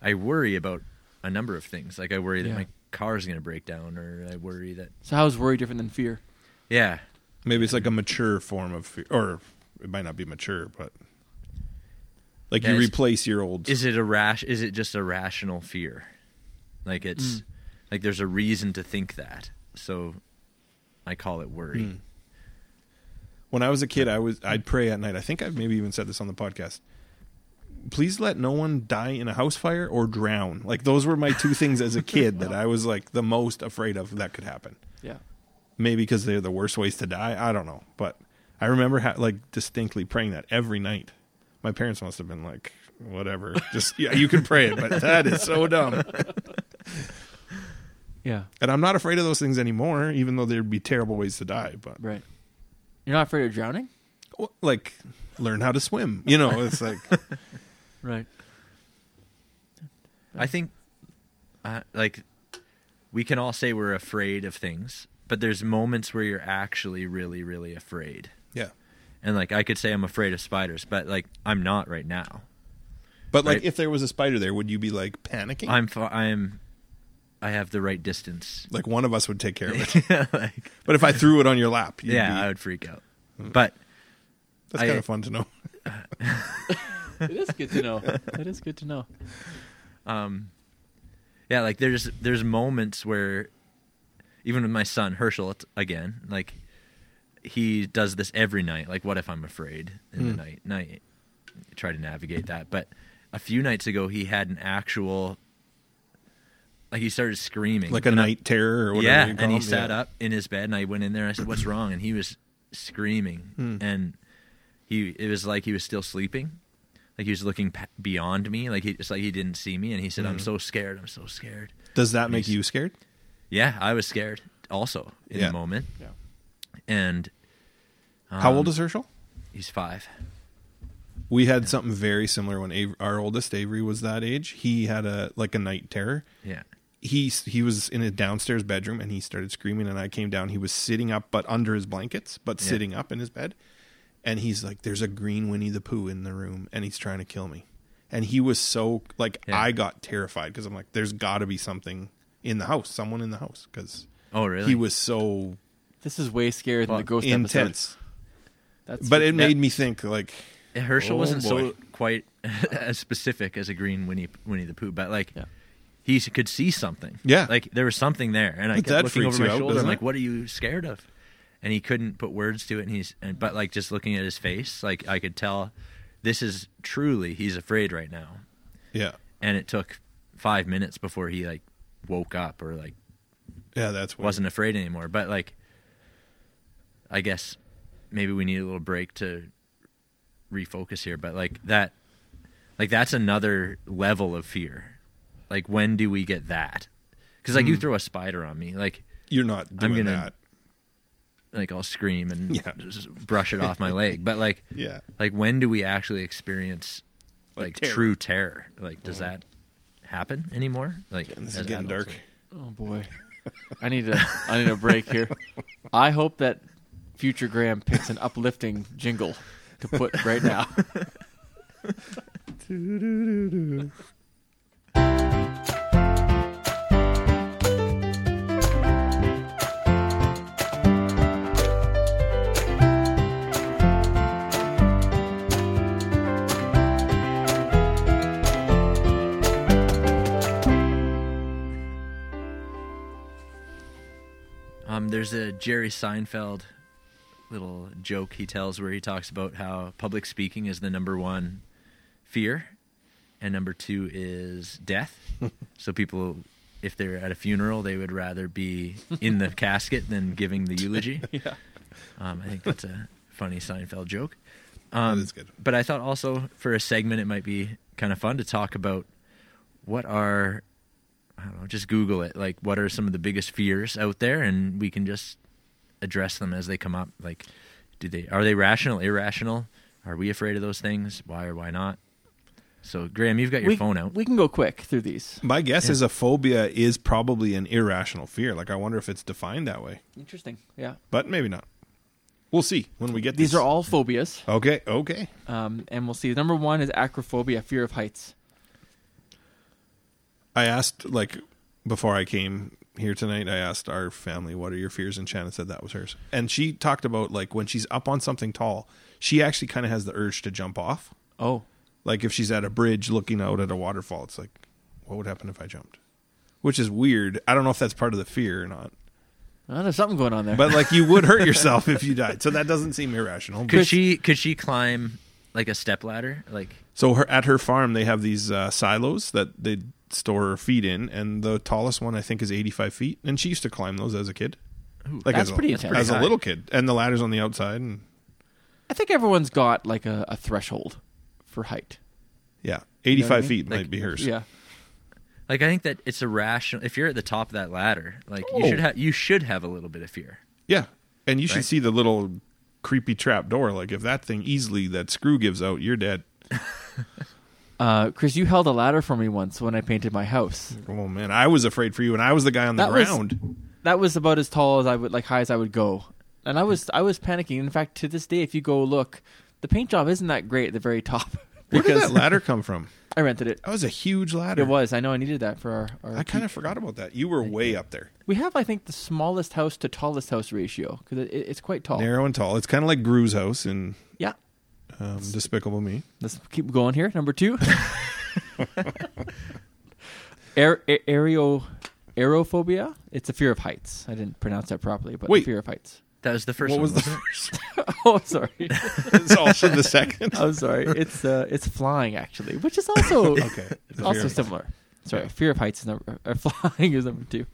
[SPEAKER 4] I worry about a number of things. Like I worry that
[SPEAKER 5] Yeah.
[SPEAKER 4] my car's going to break down, or I worry that
[SPEAKER 5] So how is worry different than fear?
[SPEAKER 4] yeah,
[SPEAKER 3] Maybe it's like a mature form of fear, or it might not be mature, but like
[SPEAKER 4] Yeah,
[SPEAKER 3] you
[SPEAKER 4] it's-
[SPEAKER 3] replace your old.
[SPEAKER 4] is it a rash? Is it just a rational fear? Like it's like there's a reason to think that. So I call it worry.
[SPEAKER 3] when I was a kid, I was I'd pray at night. I think I've maybe even said this on the podcast. Please let no one die in a house fire or drown. Like those were my two things as a kid that I was like the most afraid of that could happen.
[SPEAKER 5] Yeah.
[SPEAKER 3] Maybe because they're the worst ways to die. I don't know, but I remember ha- like distinctly praying that every night. My parents must have been like,
[SPEAKER 4] [laughs]
[SPEAKER 3] whatever, just yeah, you can pray it, but that is so dumb.
[SPEAKER 5] Yeah.
[SPEAKER 3] And I'm not afraid of those things anymore, even though there'd be terrible ways to die. But
[SPEAKER 5] Right. You're not afraid of drowning?
[SPEAKER 3] w- like, learn how to swim. You know, it's
[SPEAKER 4] [laughs]
[SPEAKER 3] like
[SPEAKER 5] Right.
[SPEAKER 4] I think, uh, like, we can all say we're afraid of things, but there's moments where you're actually really, really afraid.
[SPEAKER 3] yeah.
[SPEAKER 4] And like, I could say I'm afraid of spiders, but like, I'm not right now.
[SPEAKER 3] But like,
[SPEAKER 4] Right.
[SPEAKER 3] if there was a spider there, would you be like panicking?
[SPEAKER 4] I'm, fa- I'm, I have the right distance. [laughs]
[SPEAKER 3] like one of us would take care of it.
[SPEAKER 4] like,
[SPEAKER 3] but if I threw it on your lap, you'd
[SPEAKER 4] yeah,
[SPEAKER 3] be-
[SPEAKER 4] I would freak out. But
[SPEAKER 3] that's
[SPEAKER 4] I-
[SPEAKER 3] kind of fun to know.
[SPEAKER 5] [laughs]
[SPEAKER 4] [laughs]
[SPEAKER 5] it is good to know. That is good to know.
[SPEAKER 4] yeah, like there's there's moments where, even with my son Herschel it's- again, like he does this every night. Like, what if I'm afraid in the
[SPEAKER 3] Hmm.
[SPEAKER 4] night? And I try to navigate that. But a few nights ago, he had an actual, like he started screaming,
[SPEAKER 3] Like a
[SPEAKER 4] And I-
[SPEAKER 3] night terror or whatever.
[SPEAKER 4] yeah,
[SPEAKER 3] you
[SPEAKER 4] and
[SPEAKER 3] call
[SPEAKER 4] he
[SPEAKER 3] them.
[SPEAKER 4] sat
[SPEAKER 3] Yeah.
[SPEAKER 4] up in his bed, and I went in there. and I said, "What's wrong?" And he was screaming,
[SPEAKER 3] Hmm.
[SPEAKER 4] and he it was like he was still sleeping, like he was looking pa- beyond me, like he it's like he didn't see me. And he said,
[SPEAKER 3] Hmm.
[SPEAKER 4] "I'm so scared. I'm so scared."
[SPEAKER 3] Does that make
[SPEAKER 4] He's-
[SPEAKER 3] you scared?
[SPEAKER 4] Yeah, I was scared also in
[SPEAKER 3] Yeah.
[SPEAKER 4] the moment,
[SPEAKER 5] Yeah.
[SPEAKER 4] and
[SPEAKER 3] how
[SPEAKER 4] Um,
[SPEAKER 3] old is Herschel?
[SPEAKER 4] he's five.
[SPEAKER 3] We had something very similar when Avery, our oldest Avery was that age. He had a like a night terror.
[SPEAKER 4] Yeah,
[SPEAKER 3] he he was in a downstairs bedroom and he started screaming and I came down. He was sitting up but under his blankets, but
[SPEAKER 4] Yeah.
[SPEAKER 3] sitting up in his bed. And he's like, "There's a green Winnie the Pooh in the room, and he's trying to kill me." and he was so like
[SPEAKER 4] Yeah.
[SPEAKER 3] I got terrified because I'm like, there's got to be something in the house, someone in the house because
[SPEAKER 4] Oh, really?
[SPEAKER 3] he was so
[SPEAKER 5] This is way scarier than
[SPEAKER 4] Well,
[SPEAKER 5] the ghost episode.
[SPEAKER 3] intense.
[SPEAKER 5] That's
[SPEAKER 3] But it
[SPEAKER 4] Yeah.
[SPEAKER 3] made me think like
[SPEAKER 4] Herschel
[SPEAKER 3] Oh,
[SPEAKER 4] wasn't
[SPEAKER 3] boy.
[SPEAKER 4] so quite [laughs] as specific as a green Winnie Winnie the Pooh, but like
[SPEAKER 5] Yeah.
[SPEAKER 4] he s- could see something.
[SPEAKER 3] Yeah.
[SPEAKER 4] like there was something there, and I
[SPEAKER 3] But that
[SPEAKER 4] kept looking
[SPEAKER 3] freaks
[SPEAKER 4] over my
[SPEAKER 3] you out,
[SPEAKER 4] shoulder. I'm
[SPEAKER 3] doesn't
[SPEAKER 4] like,
[SPEAKER 3] it?
[SPEAKER 4] "What are you scared of?" And he couldn't put words to it, and he's and, but like just looking at his face, like I could tell this is truly he's afraid right now.
[SPEAKER 3] yeah.
[SPEAKER 4] And it took five minutes before he like woke up or like
[SPEAKER 3] Yeah, that's weird.
[SPEAKER 4] wasn't afraid anymore. But like, I guess maybe we need a little break to refocus here. But like that, like that's another level of fear. Like when do we get that? Because like you
[SPEAKER 3] Mm-hmm.
[SPEAKER 4] throw a spider on me, like
[SPEAKER 3] You're not doing
[SPEAKER 4] gonna-
[SPEAKER 3] that.
[SPEAKER 4] like I'll scream and
[SPEAKER 3] Yeah.
[SPEAKER 4] just brush it
[SPEAKER 3] [laughs]
[SPEAKER 4] off my leg. But like,
[SPEAKER 3] Yeah.
[SPEAKER 4] like when do we actually experience
[SPEAKER 3] Like
[SPEAKER 4] like,
[SPEAKER 3] terror.
[SPEAKER 4] true terror? Like does that happen anymore? Like
[SPEAKER 3] This is
[SPEAKER 4] as
[SPEAKER 3] getting
[SPEAKER 4] adults,
[SPEAKER 3] dark.
[SPEAKER 4] like-
[SPEAKER 5] Oh boy, I need a I need a break here. I hope that future Graham picks an uplifting jingle to put right
[SPEAKER 3] [laughs]
[SPEAKER 5] now.
[SPEAKER 4] Um, there's a Jerry Seinfeld little joke he tells where he talks about how public speaking is the number one fear, and number two is death. so people, if they're at a funeral, they would rather be in the casket than giving the eulogy.
[SPEAKER 5] yeah.
[SPEAKER 4] Um, I think that's a funny Seinfeld joke.
[SPEAKER 3] Um, that's good.
[SPEAKER 4] But I thought also for a segment it might be kind of fun to talk about what are I don't know, just Google it. Like what are some of the biggest fears out there and we can just address them as they come up. Like do they are they rational, irrational? Are we afraid of those things? Why or why not? So Graham, you've got your
[SPEAKER 5] we,
[SPEAKER 4] phone out.
[SPEAKER 5] We can go quick through these.
[SPEAKER 3] My guess is a phobia is probably an irrational fear. Like I wonder if it's defined that way,
[SPEAKER 5] Interesting. Yeah.
[SPEAKER 3] but maybe not. We'll see when we get
[SPEAKER 5] These
[SPEAKER 3] this.
[SPEAKER 5] are all phobias,
[SPEAKER 3] okay. Okay.
[SPEAKER 5] um, and we'll see. Number one is acrophobia, fear of heights.
[SPEAKER 3] I asked like before I came here tonight. I asked our family, "What are your fears?" And Shannon said that was hers. And she talked about like when she's up on something tall, she actually kind of has the urge to jump off.
[SPEAKER 5] Oh,
[SPEAKER 3] Like if she's at a bridge looking out at a waterfall, it's like, what would happen if I jumped? Which is weird. I don't know if that's part of the fear or not.
[SPEAKER 5] well, Uh, there's something going on there.
[SPEAKER 3] But like you would hurt yourself if you died, so that doesn't seem irrational.
[SPEAKER 4] Could she could she climb like a step ladder? Like
[SPEAKER 3] So her, at her farm, they have these uh, silos that they store her feed in, and the tallest one I think is 85 feet, and she used to climb those as a kid. like
[SPEAKER 5] that's
[SPEAKER 3] as a,
[SPEAKER 5] pretty intense.
[SPEAKER 3] as a
[SPEAKER 4] high.
[SPEAKER 3] little kid, and the ladder's on the outside, and
[SPEAKER 5] I think everyone's got like a, a threshold for height.
[SPEAKER 3] yeah,
[SPEAKER 4] know what I
[SPEAKER 3] 85
[SPEAKER 4] mean?
[SPEAKER 3] feet might
[SPEAKER 4] Like,
[SPEAKER 3] be hers.
[SPEAKER 5] Yeah.
[SPEAKER 4] like I think that it's irrational if you're at the top of that ladder, like you
[SPEAKER 3] Oh.
[SPEAKER 4] should have you should have a little bit of fear.
[SPEAKER 3] yeah, and you should
[SPEAKER 4] Right.
[SPEAKER 3] see the little creepy trap door. Like if that thing easily that screw gives out, you're dead.
[SPEAKER 5] Uh, Chris, you held a ladder for me once when I painted my house.
[SPEAKER 3] Oh man, I was afraid for you, and I was the guy on the
[SPEAKER 5] That was- [laughs]
[SPEAKER 3] ground.
[SPEAKER 5] that was about as tall as I would like high as I would go. And I
[SPEAKER 3] Hmm.
[SPEAKER 5] was I was panicking. In fact, to this day, if you go look, the paint job isn't that great at the very top [laughs]
[SPEAKER 3] Where did that
[SPEAKER 5] because
[SPEAKER 3] ladder come from?
[SPEAKER 5] I rented it.
[SPEAKER 3] That was a huge ladder.
[SPEAKER 5] It was. I know I needed that for our. our
[SPEAKER 3] I kind of forgot about that. You were way up there,
[SPEAKER 5] we have I think the smallest house to tallest house ratio because it, it's quite tall.
[SPEAKER 3] narrow and tall. It's kind of like Gru's house in
[SPEAKER 5] Yeah.
[SPEAKER 3] um, Despicable
[SPEAKER 4] [laughs]
[SPEAKER 3] Me.
[SPEAKER 5] Let's keep going here.
[SPEAKER 3] [laughs]
[SPEAKER 5] Number two. [laughs] Aer- a- aereo aerophobia. It's a fear of heights. I didn't pronounce that properly, but
[SPEAKER 3] Wait.
[SPEAKER 5] fear of heights. [laughs]
[SPEAKER 4] That was the first
[SPEAKER 3] what
[SPEAKER 4] one.
[SPEAKER 3] was the first?
[SPEAKER 4] wasn't it?
[SPEAKER 5] oh,
[SPEAKER 3] [laughs]
[SPEAKER 5] sorry.
[SPEAKER 3] it's also the
[SPEAKER 4] [laughs]
[SPEAKER 3] second. [laughs]
[SPEAKER 5] I'm sorry. It's uh, it's flying actually, which is also
[SPEAKER 4] [laughs]
[SPEAKER 3] Okay.
[SPEAKER 5] It's also
[SPEAKER 3] Fear.
[SPEAKER 5] similar. Sorry,
[SPEAKER 3] Okay.
[SPEAKER 5] fear of heights is number. Or [laughs] flying is number two. It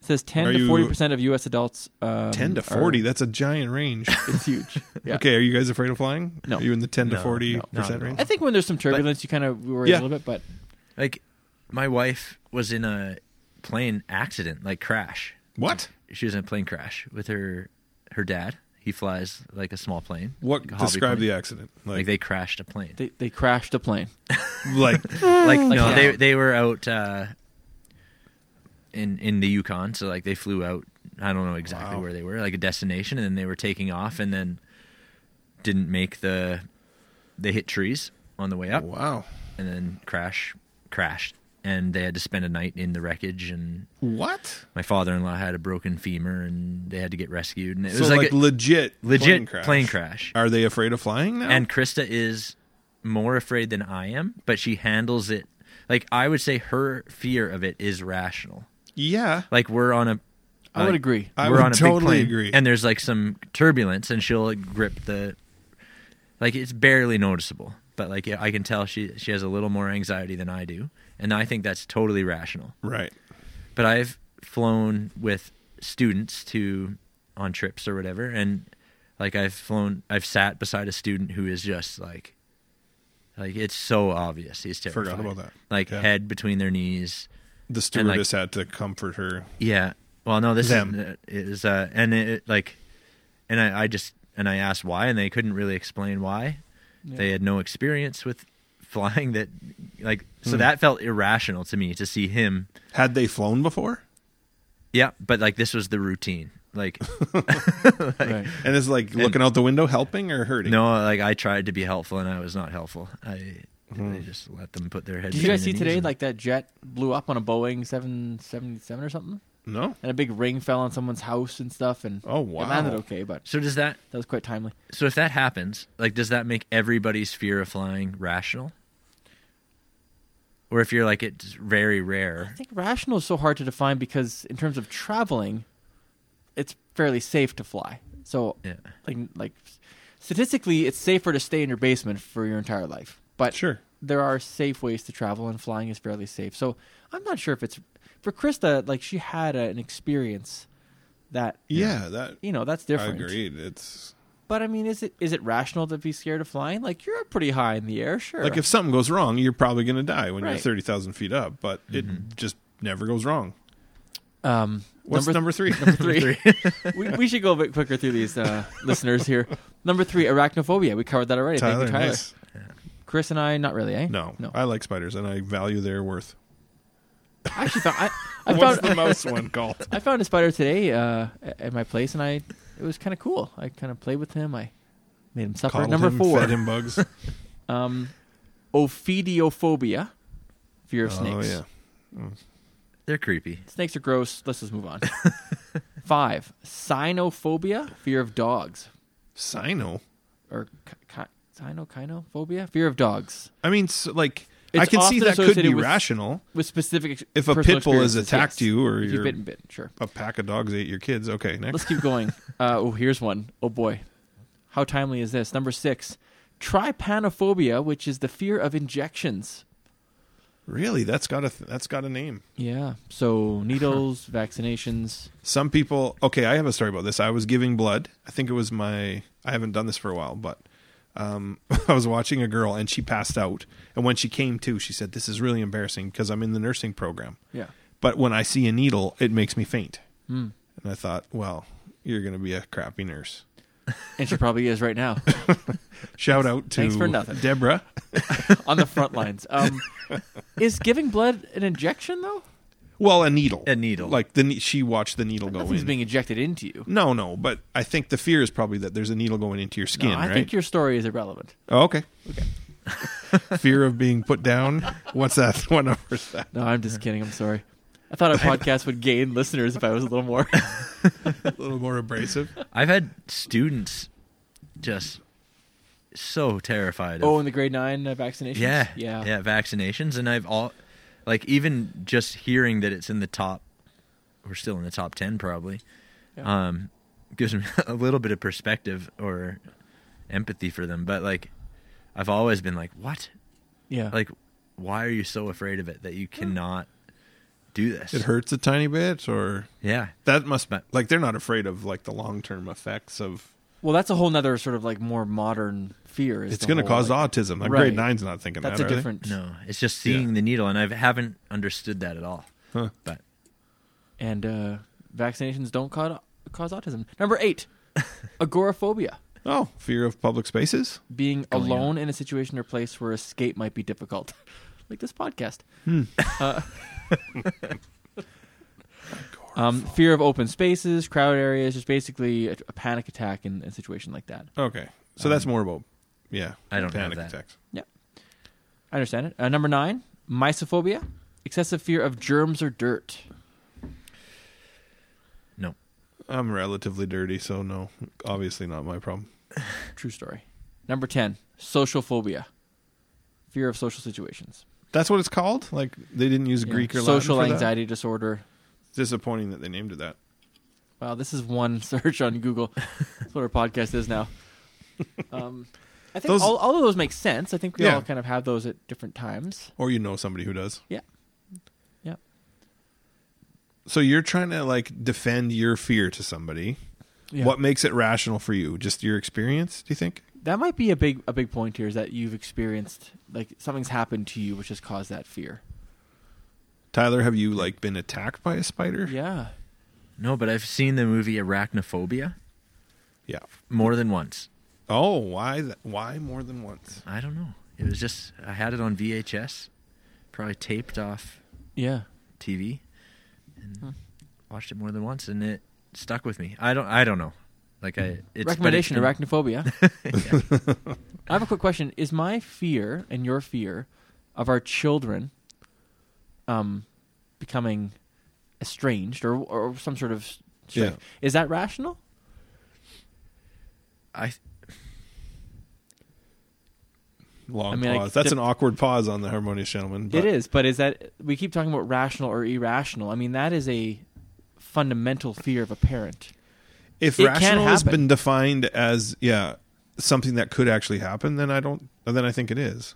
[SPEAKER 5] says ten
[SPEAKER 3] Are
[SPEAKER 5] to
[SPEAKER 3] you-
[SPEAKER 5] forty percent of U.S. adults.
[SPEAKER 3] [laughs]
[SPEAKER 5] Um,
[SPEAKER 3] ten to
[SPEAKER 5] are-
[SPEAKER 3] forty.
[SPEAKER 5] [laughs]
[SPEAKER 3] That's a giant
[SPEAKER 4] [laughs]
[SPEAKER 3] range. [laughs]
[SPEAKER 5] it's huge. Yeah.
[SPEAKER 3] Okay, are you guys afraid of flying?
[SPEAKER 5] No.
[SPEAKER 3] Are you in the ten to
[SPEAKER 4] No,
[SPEAKER 3] forty
[SPEAKER 4] no, not at
[SPEAKER 3] percent
[SPEAKER 4] all.
[SPEAKER 3] range?
[SPEAKER 5] I think when there's some turbulence, you kind of worry
[SPEAKER 3] Yeah.
[SPEAKER 5] a little bit, but
[SPEAKER 4] Like my wife was in a plane accident, like crash.
[SPEAKER 3] What?
[SPEAKER 4] She was in a plane crash with her her dad. He flies like a small plane.
[SPEAKER 3] What
[SPEAKER 4] like a hobby
[SPEAKER 3] describe
[SPEAKER 4] plane.
[SPEAKER 3] the accident?
[SPEAKER 4] like they crashed a plane.
[SPEAKER 5] they, they crashed a plane.
[SPEAKER 4] [laughs]
[SPEAKER 3] like
[SPEAKER 4] like no,
[SPEAKER 5] yeah.
[SPEAKER 4] they they were out uh, in in the Yukon, so like they flew out. I don't know exactly
[SPEAKER 3] Wow.
[SPEAKER 4] where they were, like a destination, and then they were taking off, and then didn't make the. They hit trees on the way up,
[SPEAKER 3] wow.
[SPEAKER 4] and then crash crashed, and they had to spend a night in the wreckage. And
[SPEAKER 3] What?
[SPEAKER 4] my father-in-law had a broken femur, and they had to get rescued. And it
[SPEAKER 3] So
[SPEAKER 4] was
[SPEAKER 3] like,
[SPEAKER 4] like, a-
[SPEAKER 3] legit,
[SPEAKER 4] legit
[SPEAKER 3] plane crash.
[SPEAKER 4] plane crash.
[SPEAKER 3] Are they afraid of flying now?
[SPEAKER 4] and Krista is more afraid than I am, but she handles it. Like I would say, her fear of it is rational.
[SPEAKER 3] yeah,
[SPEAKER 4] Like we're on a
[SPEAKER 5] I would agree.
[SPEAKER 3] I
[SPEAKER 4] we're
[SPEAKER 3] would
[SPEAKER 4] on a big
[SPEAKER 3] totally
[SPEAKER 4] plane,
[SPEAKER 3] agree.
[SPEAKER 4] and there's like some turbulence, and she'll like, grip the, like it's barely noticeable, but like I can tell she she has a little more anxiety than I do, and I think that's totally rational.
[SPEAKER 3] right.
[SPEAKER 4] But I've flown with students to on trips or whatever, and like I've flown, I've sat beside a student who is just like, like it's so obvious he's terrified.
[SPEAKER 3] Forgot about that.
[SPEAKER 4] Like
[SPEAKER 3] Yeah.
[SPEAKER 4] head between their knees,
[SPEAKER 3] The
[SPEAKER 4] And, like-
[SPEAKER 3] stewardess had to comfort her.
[SPEAKER 4] yeah. Well, no, this
[SPEAKER 3] Them.
[SPEAKER 4] is it was, uh, and it, it, like, and I, I just and I asked why, and they couldn't really explain why. They had no experience with flying that, like, so
[SPEAKER 3] Hmm.
[SPEAKER 4] that felt irrational to me to see him.
[SPEAKER 3] Had they flown before?
[SPEAKER 4] Yeah, but like this was the routine. Like,
[SPEAKER 3] [laughs]
[SPEAKER 5] Right.
[SPEAKER 3] And is like looking out the window, helping or hurting?
[SPEAKER 4] no, like I tried to be helpful, and I was not helpful. I, I just let them put their head.
[SPEAKER 5] Did you guys see
[SPEAKER 4] between their
[SPEAKER 5] today?
[SPEAKER 4] knees
[SPEAKER 5] Like that jet blew up on a Boeing seven seventy seven or something,
[SPEAKER 3] no.
[SPEAKER 5] and a big ring fell on someone's house and stuff. And
[SPEAKER 3] Oh, wow.
[SPEAKER 5] it landed okay, but
[SPEAKER 4] and- so does that?
[SPEAKER 5] that was quite timely.
[SPEAKER 4] So if that happens, like, does that make everybody's fear of flying rational? Or if you're like, it's very
[SPEAKER 5] I
[SPEAKER 4] rare.
[SPEAKER 5] think rational is so hard to define because in terms of traveling, it's fairly safe to fly. So
[SPEAKER 4] Yeah.
[SPEAKER 5] like like statistically, it's safer to stay in your basement for your entire life. But
[SPEAKER 3] Sure.
[SPEAKER 5] there are safe ways to travel, and flying is fairly safe. So I'm not sure if it's for Krista. Like she had a, an experience that
[SPEAKER 3] Yeah, that
[SPEAKER 5] you know that's
[SPEAKER 3] I
[SPEAKER 5] different.
[SPEAKER 3] agreed. It's
[SPEAKER 5] But I mean, is it is it rational to be scared of flying? Like you're up pretty high in the air, sure.
[SPEAKER 3] like if something goes wrong, you're probably going to die when you're
[SPEAKER 5] Right.
[SPEAKER 3] thirty thousand feet up. But it just never goes wrong.
[SPEAKER 5] um,
[SPEAKER 3] What's number,
[SPEAKER 5] [laughs]
[SPEAKER 3] three?
[SPEAKER 5] three. [laughs] we, we should go a bit quicker through these
[SPEAKER 3] [laughs]
[SPEAKER 5] uh, listeners here. Number three, arachnophobia. We covered that already. Thank
[SPEAKER 3] Tyler,
[SPEAKER 5] you, Tyler.
[SPEAKER 3] nice.
[SPEAKER 5] Chris and I, not really, eh?
[SPEAKER 3] No,
[SPEAKER 5] no. I
[SPEAKER 3] I like spiders and I value their worth.
[SPEAKER 5] actually found
[SPEAKER 3] [laughs]
[SPEAKER 5] I, I
[SPEAKER 3] What's
[SPEAKER 5] found
[SPEAKER 3] the mouse one
[SPEAKER 5] [laughs]
[SPEAKER 3] called?
[SPEAKER 5] I found a spider today uh, a- at my place, and I it was kind of cool. I kind of played with him. I made him suffer.
[SPEAKER 3] Coddled
[SPEAKER 5] Number
[SPEAKER 3] him,
[SPEAKER 5] four,
[SPEAKER 3] fed him
[SPEAKER 5] [laughs]
[SPEAKER 3] bugs.
[SPEAKER 5] um, ophidiophobia, fear of
[SPEAKER 3] oh
[SPEAKER 5] snakes.
[SPEAKER 3] yeah,
[SPEAKER 4] They're creepy.
[SPEAKER 5] Snakes are gross. Let's
[SPEAKER 3] [laughs]
[SPEAKER 5] just move on. Five, cynophobia, fear of dogs,
[SPEAKER 3] Sino.
[SPEAKER 5] or ki- ki- cyno cynophobia, fear of dogs.
[SPEAKER 3] I mean, so, like I
[SPEAKER 5] It's
[SPEAKER 3] can see
[SPEAKER 5] often
[SPEAKER 3] that could
[SPEAKER 5] associated
[SPEAKER 3] be
[SPEAKER 5] with-
[SPEAKER 3] rational.
[SPEAKER 5] with specific ex-
[SPEAKER 3] If a
[SPEAKER 5] personal
[SPEAKER 3] pit bull has
[SPEAKER 5] experiences,
[SPEAKER 3] attacked
[SPEAKER 5] yes.
[SPEAKER 3] you or
[SPEAKER 5] if
[SPEAKER 3] you're-
[SPEAKER 5] you've been bitten sure
[SPEAKER 3] A pack of dogs ate your kids. Okay, next.
[SPEAKER 5] let's
[SPEAKER 3] [laughs]
[SPEAKER 5] keep going uh, oh here's one. Oh boy how timely is this number six trypanophobia which is the fear of injections
[SPEAKER 3] Really, that's got a th- that's got a name.
[SPEAKER 5] yeah so
[SPEAKER 3] [laughs]
[SPEAKER 5] needles vaccinations
[SPEAKER 3] Some people. Okay, I have a story about this. I was giving blood. I think it was my. I haven't done this for a while, but um, [laughs] I was watching a girl and she passed out. And when she came to, she said, "This is really embarrassing because I'm in the nursing program."
[SPEAKER 5] yeah Hmm.
[SPEAKER 3] But when I see a needle, it makes me faint. And I thought, well, you're going to be a crappy nurse.
[SPEAKER 5] and she probably is right now
[SPEAKER 3] Shout out to
[SPEAKER 5] Thanks for nothing.
[SPEAKER 3] Deborah.
[SPEAKER 5] on the front lines
[SPEAKER 3] [laughs]
[SPEAKER 5] um, is giving blood an injection though
[SPEAKER 3] Well, a needle.
[SPEAKER 4] A needle.
[SPEAKER 3] Like the ne- she watched the needle go
[SPEAKER 5] nothing's
[SPEAKER 3] in.
[SPEAKER 5] being injected into you
[SPEAKER 3] no, no, but I think the fear is probably that there's a needle going into your skin,
[SPEAKER 5] No, i
[SPEAKER 3] right?
[SPEAKER 5] think your story is irrelevant
[SPEAKER 3] Oh, okay. [laughs] Okay. Fear of being put down. What's that? [laughs] What number is that?
[SPEAKER 5] no i'm just kidding i'm sorry
[SPEAKER 3] [laughs]
[SPEAKER 5] i thought our podcast would gain listeners if i was a little more
[SPEAKER 3] A little more abrasive.
[SPEAKER 4] I've had students just so terrified. Of,
[SPEAKER 5] Oh, in the grade nine uh, vaccinations.
[SPEAKER 4] yeah,
[SPEAKER 5] yeah,
[SPEAKER 4] yeah, vaccinations, and I've all like even just hearing that it's in the top. We're still in the top ten, probably.
[SPEAKER 5] Yeah.
[SPEAKER 4] Um, gives me [laughs] a little bit of perspective or empathy for them, but like, I've always been like, what?
[SPEAKER 5] Yeah.
[SPEAKER 4] Like, why are you so afraid of it that you cannot do this?
[SPEAKER 3] It hurts a tiny bit, or
[SPEAKER 4] Yeah.
[SPEAKER 3] that must
[SPEAKER 4] But-
[SPEAKER 3] like they're not afraid of like the long term effects of.
[SPEAKER 5] well, that's a whole nother sort of like more modern fear. Is
[SPEAKER 3] It's
[SPEAKER 5] the
[SPEAKER 3] going to
[SPEAKER 5] whole,
[SPEAKER 3] cause
[SPEAKER 5] like,
[SPEAKER 3] autism. Like
[SPEAKER 5] Right.
[SPEAKER 3] grade nine's not thinking
[SPEAKER 5] That's
[SPEAKER 3] that.
[SPEAKER 5] a
[SPEAKER 3] are they?
[SPEAKER 5] different.
[SPEAKER 4] No, it's just seeing the needle, and I haven't understood that at all.
[SPEAKER 3] Huh.
[SPEAKER 4] But
[SPEAKER 5] And uh, vaccinations don't cause, cause autism. Number
[SPEAKER 4] [laughs]
[SPEAKER 5] eight, agoraphobia,
[SPEAKER 3] Oh, fear of public spaces.
[SPEAKER 5] being
[SPEAKER 4] Going
[SPEAKER 5] alone in a situation or place where escape might be difficult, [laughs] like this podcast.
[SPEAKER 3] Hmm.
[SPEAKER 5] [laughs] Uh, um, fear of open spaces, crowded areas, just basically a, a panic attack in a situation like that.
[SPEAKER 3] Um, Okay, so that's more about yeah.
[SPEAKER 4] I don't have
[SPEAKER 3] panic
[SPEAKER 4] that.
[SPEAKER 3] attacks.
[SPEAKER 5] I understand it. Uh, number nine, mysophobia, excessive fear of germs or dirt.
[SPEAKER 4] No.
[SPEAKER 3] I'm relatively dirty, so no, obviously not my problem.
[SPEAKER 5] True story. Number ten, social phobia, fear of social situations.
[SPEAKER 3] That's what it's called. Like they didn't use
[SPEAKER 5] Yeah.
[SPEAKER 3] Greek or Latin
[SPEAKER 5] social
[SPEAKER 3] for that?
[SPEAKER 5] anxiety disorder.
[SPEAKER 3] It's disappointing that they named it that.
[SPEAKER 5] Wow, this is one [laughs] search on Google. That's what our podcast is now. Um, I think
[SPEAKER 3] Those-
[SPEAKER 5] all, all of those make sense. I think we
[SPEAKER 3] Yeah.
[SPEAKER 5] all kind of have those at different times.
[SPEAKER 3] Or you know somebody who does.
[SPEAKER 5] Yeah. Yeah.
[SPEAKER 3] So you're trying to like defend your fear to somebody.
[SPEAKER 5] Yeah.
[SPEAKER 3] What makes it rational for you? Just your experience, do you think?
[SPEAKER 5] That might be a big a big point here is that you've experienced like something's happened to you which has caused that fear.
[SPEAKER 3] Tyler, have you like been attacked by a spider?
[SPEAKER 5] Yeah.
[SPEAKER 4] No, but I've seen the movie Arachnophobia
[SPEAKER 3] Yeah.
[SPEAKER 4] more than once.
[SPEAKER 3] Oh, why that why more than once?
[SPEAKER 4] I don't know. It was just I had it on VHS, probably taped off
[SPEAKER 5] Yeah.
[SPEAKER 4] TV, and watched it more than once, and it stuck with me. I don't. I don't know. Like I it's,
[SPEAKER 5] Recommendation:
[SPEAKER 4] but it's
[SPEAKER 5] Arachnophobia.
[SPEAKER 4] [laughs]
[SPEAKER 5] I have a quick question: Is my fear and your fear of our children um, becoming estranged or or some sort of strife,
[SPEAKER 3] Yeah.
[SPEAKER 5] is that rational?
[SPEAKER 4] I
[SPEAKER 3] Long
[SPEAKER 5] I mean, like,
[SPEAKER 3] pause. That's an
[SPEAKER 5] dip-
[SPEAKER 3] awkward pause on the harmonious gentleman. But
[SPEAKER 5] it is, but is that we keep talking about rational or irrational? I mean, that is a fundamental fear of a parent.
[SPEAKER 3] If
[SPEAKER 5] It can
[SPEAKER 3] rational has
[SPEAKER 5] happen.
[SPEAKER 3] been defined as yeah something that could actually happen, then I don't. Then I think it is.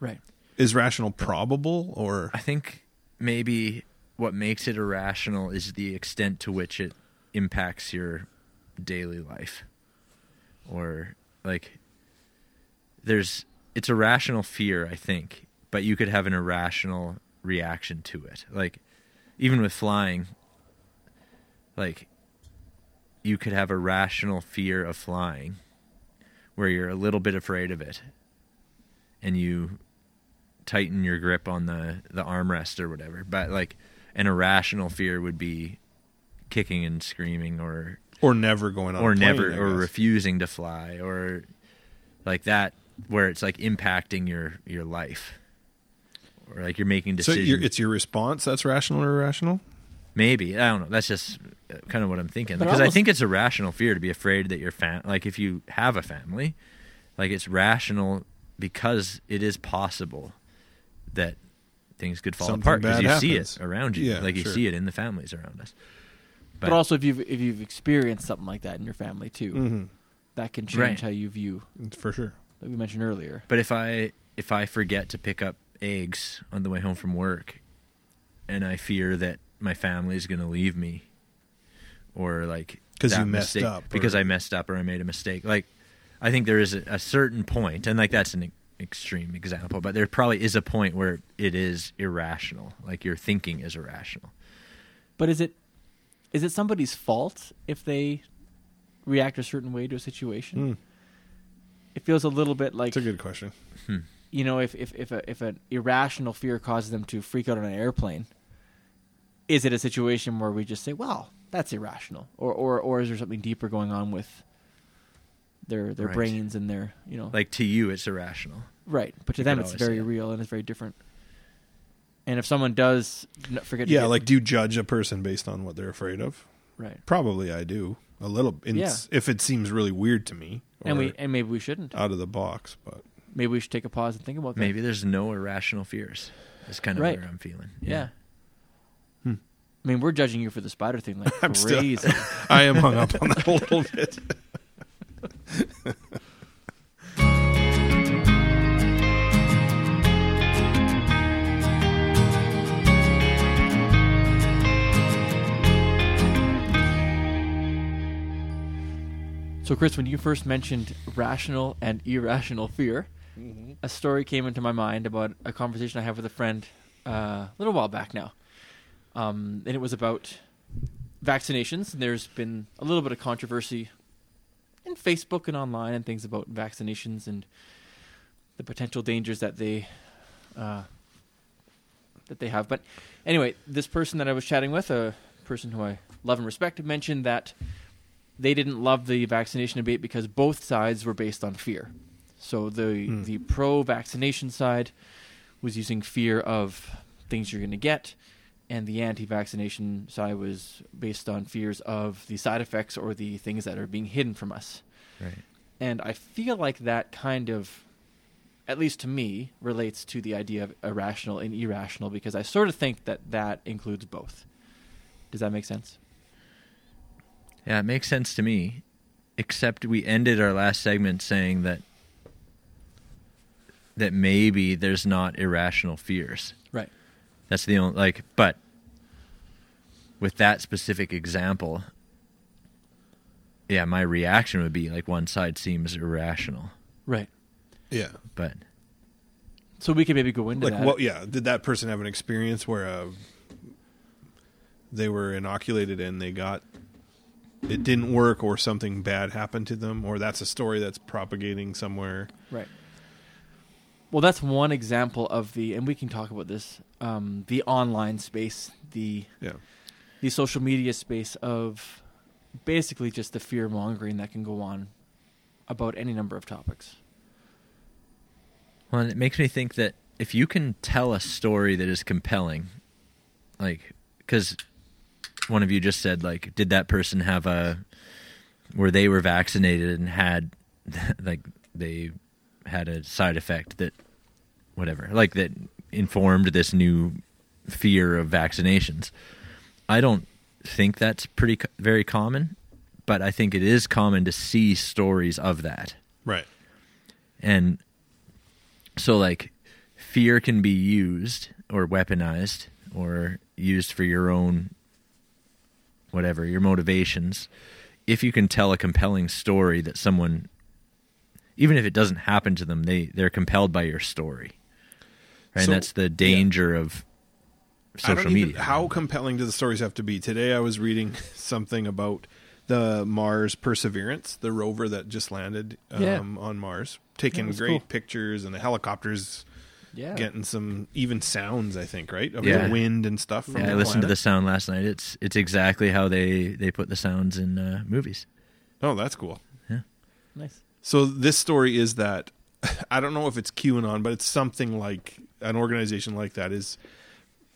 [SPEAKER 5] Right.
[SPEAKER 3] Is rational probable or
[SPEAKER 4] I think maybe what makes it irrational is the extent to which it impacts your daily life. Or like there's it's a rational fear, I think, but you could have an irrational reaction to it. Like even with flying like you could have a rational fear of flying where you're a little bit afraid of it and you tighten your grip on the the armrest or whatever. But like an irrational fear would be kicking and screaming or
[SPEAKER 3] or never going on a
[SPEAKER 4] or
[SPEAKER 3] plane,
[SPEAKER 4] never
[SPEAKER 3] I
[SPEAKER 4] or
[SPEAKER 3] guess.
[SPEAKER 4] refusing to fly or like that where it's like impacting your your life or like you're making
[SPEAKER 3] So
[SPEAKER 4] decisions.
[SPEAKER 3] your, it's your response that's rational or irrational.
[SPEAKER 4] Maybe I don't know. That's just uh, kind of what I'm thinking
[SPEAKER 5] But
[SPEAKER 4] because I
[SPEAKER 5] almost-
[SPEAKER 4] think it's a rational fear to be afraid that your fam like if you have a family, like it's rational because it is possible that things could fall
[SPEAKER 3] Something
[SPEAKER 4] apart because
[SPEAKER 3] bad
[SPEAKER 4] you see
[SPEAKER 3] happens.
[SPEAKER 4] it around you,
[SPEAKER 3] Yeah,
[SPEAKER 4] like you
[SPEAKER 3] sure.
[SPEAKER 4] see it in the families around us.
[SPEAKER 5] But,
[SPEAKER 4] But-
[SPEAKER 5] also, if you've if you've experienced something like that in your family too, that can change
[SPEAKER 4] Mm-hmm. Right.
[SPEAKER 5] how you view
[SPEAKER 3] Mm-hmm. For sure.
[SPEAKER 5] that we mentioned earlier.
[SPEAKER 4] But if I if I forget to pick up eggs on the way home from work, and I fear that my family is going to leave me, or like
[SPEAKER 3] 'Cause
[SPEAKER 4] that
[SPEAKER 3] you messed
[SPEAKER 4] mistake-
[SPEAKER 3] up,
[SPEAKER 4] because
[SPEAKER 3] or-
[SPEAKER 4] I messed up or I made a mistake. Like I think there is a, a certain point, and like that's an e- extreme example, but there probably is a point where it is irrational. Like your thinking is irrational.
[SPEAKER 5] But is it is it somebody's fault if they react a certain way to a situation?
[SPEAKER 4] Hmm.
[SPEAKER 3] Mm.
[SPEAKER 5] It feels a little bit like
[SPEAKER 3] It's a good question.
[SPEAKER 5] you know if if if, a, if an irrational fear causes them to freak out on an airplane, is it a situation where we just say, "Wow, that's irrational," or or or is there something deeper going on with their their
[SPEAKER 4] Right.
[SPEAKER 5] brains and their you know
[SPEAKER 4] Like to you, it's irrational.
[SPEAKER 5] right? But to
[SPEAKER 4] you
[SPEAKER 5] them,
[SPEAKER 4] could
[SPEAKER 5] it's
[SPEAKER 4] always say
[SPEAKER 5] very
[SPEAKER 4] that.
[SPEAKER 5] real and it's very different. And if someone does n- forget, to
[SPEAKER 3] Yeah,
[SPEAKER 5] get-
[SPEAKER 3] like do you judge a person based on what they're afraid of?
[SPEAKER 5] right,
[SPEAKER 3] Probably I do a little. In,
[SPEAKER 5] Yeah.
[SPEAKER 3] If it seems really weird to me, or
[SPEAKER 5] and we and maybe we shouldn't.
[SPEAKER 3] out of the box, but [laughs]
[SPEAKER 5] Maybe we should take a pause and think about that.
[SPEAKER 4] Maybe there's no irrational fears. That's kind of
[SPEAKER 5] Right.
[SPEAKER 4] where I'm feeling.
[SPEAKER 5] Yeah. I mean, we're judging you for the spider thing like
[SPEAKER 3] Hmm. [laughs] I'm still-
[SPEAKER 5] crazy.
[SPEAKER 3] I am hung up on that a little bit.
[SPEAKER 5] so, Chris, when you first mentioned rational and irrational fear, a story came into my mind about a conversation I had with a friend uh, a little while back now, um, and it was about vaccinations. And there's been a little bit of controversy in Facebook and online and things about vaccinations and the potential dangers that they uh, that they have. But anyway, this person that I was chatting with, a person who I love and respect, mentioned that they didn't love the vaccination debate because both sides were based on fear. So the the pro vaccination side was using fear of things you're going to get, and the anti vaccination side was based on fears of the side effects or the things that are being hidden from us.
[SPEAKER 4] [laughs] Right.
[SPEAKER 5] And I feel like that kind of, at least to me, relates to the idea of irrational and irrational because I sort of think that that includes both. Does that make sense?
[SPEAKER 4] Yeah, it makes sense to me. Except we ended our last segment saying that that maybe there's not irrational fears.
[SPEAKER 5] Right.
[SPEAKER 4] That's the only like but with that specific example yeah, my reaction would be like one side seems irrational,
[SPEAKER 5] Right.
[SPEAKER 3] [laughs] Yeah.
[SPEAKER 4] but
[SPEAKER 5] So we could maybe go into
[SPEAKER 3] Like
[SPEAKER 5] that.
[SPEAKER 3] what? Yeah. Did that person have an experience where uh, they were inoculated and they got it didn't work, or something bad happened to them, or that's a story that's propagating somewhere?
[SPEAKER 5] Right. Well, that's one example of the, and we can talk about this, um, the online space, the
[SPEAKER 3] Yeah.
[SPEAKER 5] the social media space of basically just the fear mongering that can go on about any number of topics.
[SPEAKER 4] Well, and it makes me think that if you can tell a story that is compelling, like, because one of you just said, like, did that person have a where they were vaccinated and had, [laughs] like, they had a side effect that, whatever, like, that informed this new fear of vaccinations. I don't think that's pretty co- very common, but I think it is common to see stories of that.
[SPEAKER 3] Right.
[SPEAKER 4] And so, like, fear can be used or weaponized or used for your own whatever, your motivations. If you can tell a compelling story that someone, even if it doesn't happen to them, they, they're compelled by your story. Right?
[SPEAKER 3] So-
[SPEAKER 4] and that's the danger of
[SPEAKER 3] I don't
[SPEAKER 4] social
[SPEAKER 3] even-
[SPEAKER 4] media.
[SPEAKER 3] how compelling do the stories have to be? Today, I was reading [laughs] something about the Mars Perseverance, the rover that just landed um,
[SPEAKER 5] Yeah.
[SPEAKER 3] on Mars,
[SPEAKER 5] Yeah, it
[SPEAKER 3] taking
[SPEAKER 5] was
[SPEAKER 3] great
[SPEAKER 5] cool.
[SPEAKER 3] pictures, and the helicopters
[SPEAKER 5] Yeah.
[SPEAKER 3] getting some even sounds. I think right of
[SPEAKER 4] Yeah.
[SPEAKER 3] the wind and stuff. From
[SPEAKER 4] yeah,
[SPEAKER 3] the
[SPEAKER 4] I listened to
[SPEAKER 3] planet.
[SPEAKER 4] the sound last night. It's it's exactly how they, they put the sounds in uh, movies.
[SPEAKER 3] Oh, that's cool.
[SPEAKER 5] nice.
[SPEAKER 3] So this story is that [laughs] I don't know if it's QAnon, but it's something like an organization like that is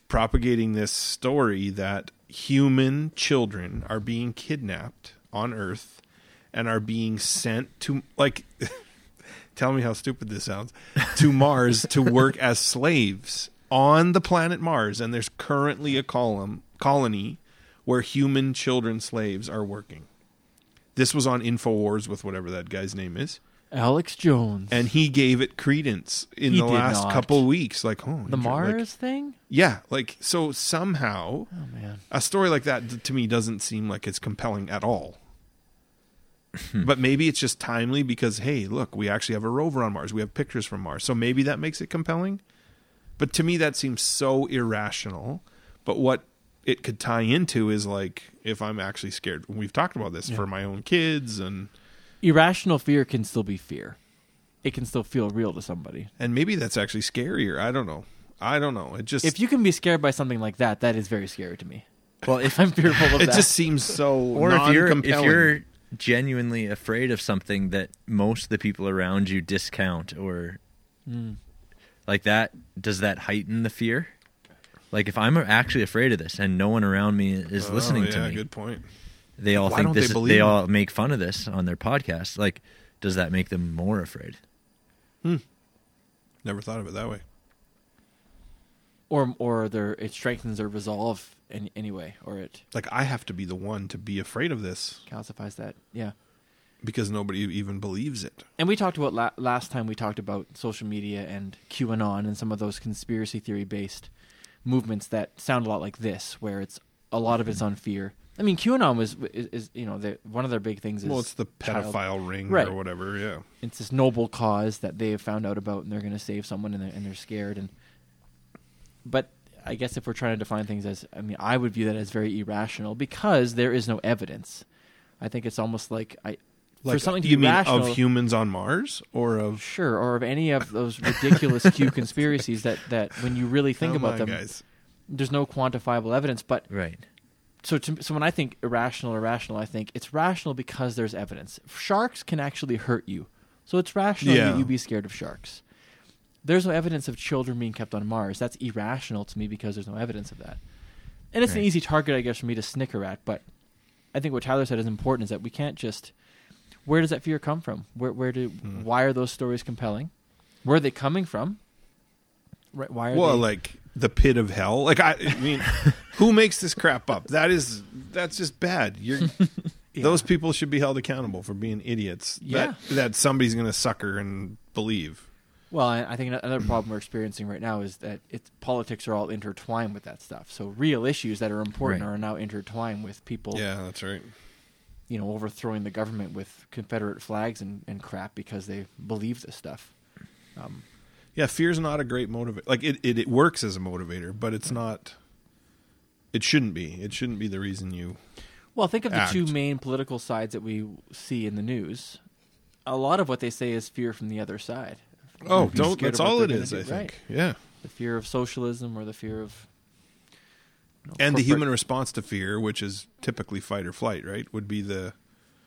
[SPEAKER 3] propagating this story that human children are being kidnapped on Earth and are being sent to like [laughs] tell me how stupid this sounds to Mars to work as slaves on the planet Mars and there's currently a column colony where human children slaves are working. This was on InfoWars with whatever that guy's name is
[SPEAKER 5] Alex Jones.
[SPEAKER 3] and he gave it credence in
[SPEAKER 5] He
[SPEAKER 3] the
[SPEAKER 5] did
[SPEAKER 3] last
[SPEAKER 5] not.
[SPEAKER 3] couple weeks. Like, oh, inter-
[SPEAKER 5] the Mars
[SPEAKER 3] like-
[SPEAKER 5] thing?
[SPEAKER 3] yeah, like so somehow
[SPEAKER 5] Oh, man.
[SPEAKER 3] a story like that d- to me doesn't seem like it's compelling at all.
[SPEAKER 5] Hmm.
[SPEAKER 3] but maybe it's just timely because hey, look, we actually have a rover on Mars. We have pictures from Mars, so maybe that makes it compelling. But to me, that seems so irrational. But what it could tie into is like if I'm actually scared. We've talked about this for my own kids and.
[SPEAKER 5] Irrational fear can still be fear, it can still feel real to somebody.
[SPEAKER 3] and maybe that's actually scarier. I don't know. I don't know. It just
[SPEAKER 5] If you can be scared by something like that, that is very scary to me. [laughs]
[SPEAKER 4] Well, if
[SPEAKER 5] I'm fearful of
[SPEAKER 3] it
[SPEAKER 5] that.
[SPEAKER 3] just seems so
[SPEAKER 4] [laughs] or if you're if
[SPEAKER 3] non-compelling.
[SPEAKER 4] you're genuinely afraid of something that most of the people around you discount or
[SPEAKER 3] Hmm.
[SPEAKER 4] like that does that heighten the fear like if i'm actually afraid of this and no one around me is
[SPEAKER 3] Oh,
[SPEAKER 4] listening to
[SPEAKER 3] yeah,
[SPEAKER 4] me
[SPEAKER 3] good point.
[SPEAKER 4] they all
[SPEAKER 3] Why
[SPEAKER 4] think
[SPEAKER 3] don't they
[SPEAKER 4] this they,
[SPEAKER 3] believe me?
[SPEAKER 4] all make fun of this on their podcast like does that make them more afraid
[SPEAKER 3] Never thought of it that way.
[SPEAKER 5] or or their it strengthens their resolve in any way, or it
[SPEAKER 3] Like I have to be the one to be afraid of this
[SPEAKER 5] calcifies that. Yeah.
[SPEAKER 3] because nobody even believes it.
[SPEAKER 5] And we talked about la- last time we talked about social media and QAnon and some of those conspiracy theory based movements that sound a lot like this, where it's a lot of it's on fear. I mean, QAnon was is, is you know the, one of their big things is
[SPEAKER 3] Well, it's the
[SPEAKER 5] child-
[SPEAKER 3] pedophile ring
[SPEAKER 5] Right.
[SPEAKER 3] or whatever. Yeah,
[SPEAKER 5] It's this noble cause that they have found out about, and they're going to save someone, and they're, and they're scared. And but I guess if we're trying to define things as, I mean, I would view that as very irrational because there is no evidence. I think it's almost like I for something to
[SPEAKER 3] you
[SPEAKER 5] be
[SPEAKER 3] mean
[SPEAKER 5] rational,
[SPEAKER 3] of humans on Mars or of
[SPEAKER 5] Sure, or of any of those ridiculous
[SPEAKER 3] [laughs]
[SPEAKER 5] Q conspiracies that, that when you really think
[SPEAKER 3] Come on,
[SPEAKER 5] about them,
[SPEAKER 3] oh guys.
[SPEAKER 5] there's no quantifiable evidence. But
[SPEAKER 4] right
[SPEAKER 5] so, to, so when I think irrational, irrational, I think it's rational because there's evidence. Sharks can actually hurt you, So it's rational
[SPEAKER 3] Yeah.
[SPEAKER 5] that you be scared of sharks. There's no evidence of children being kept on Mars. That's irrational to me because there's no evidence of that. And it's an
[SPEAKER 4] Right.
[SPEAKER 5] easy target, I guess, for me to snicker at. But I think what Tyler said is important: is that we can't just. Where does that fear come from? Where where do
[SPEAKER 3] Hmm.
[SPEAKER 5] why are those stories compelling? Where are they coming from? Right? Why are
[SPEAKER 3] well
[SPEAKER 5] they?
[SPEAKER 3] like the pit of hell like i, I
[SPEAKER 5] [laughs]
[SPEAKER 3] mean who makes this crap up that is that's just bad
[SPEAKER 5] [laughs]
[SPEAKER 3] you're those people should be held accountable for being idiots
[SPEAKER 5] Yeah.
[SPEAKER 3] that, that somebody's gonna sucker and believe
[SPEAKER 5] Well, I I think another problem we're experiencing right now is that it's, politics are all intertwined with that stuff. So real issues that are important
[SPEAKER 4] Right.
[SPEAKER 5] are now intertwined with people,
[SPEAKER 3] yeah that's right
[SPEAKER 5] you know, overthrowing the government with Confederate flags and, and crap because they believe this stuff. Um,
[SPEAKER 3] yeah fear's not a great motivator like it, it, it works as a motivator but it's not it shouldn't be it shouldn't be the reason you
[SPEAKER 5] well, think of the two
[SPEAKER 3] Act.
[SPEAKER 5] main political sides that we see in the news. A lot of what they say is fear from the other side.
[SPEAKER 3] oh
[SPEAKER 5] Be
[SPEAKER 3] don't
[SPEAKER 5] scared
[SPEAKER 3] that's
[SPEAKER 5] of what
[SPEAKER 3] all
[SPEAKER 5] they're
[SPEAKER 3] it
[SPEAKER 5] gonna
[SPEAKER 3] is
[SPEAKER 5] do.
[SPEAKER 3] i
[SPEAKER 5] Right.
[SPEAKER 3] think yeah
[SPEAKER 5] The fear of socialism or the fear of. you know,
[SPEAKER 3] and the
[SPEAKER 5] corporate-
[SPEAKER 3] human response to fear which is typically fight or flight right would be the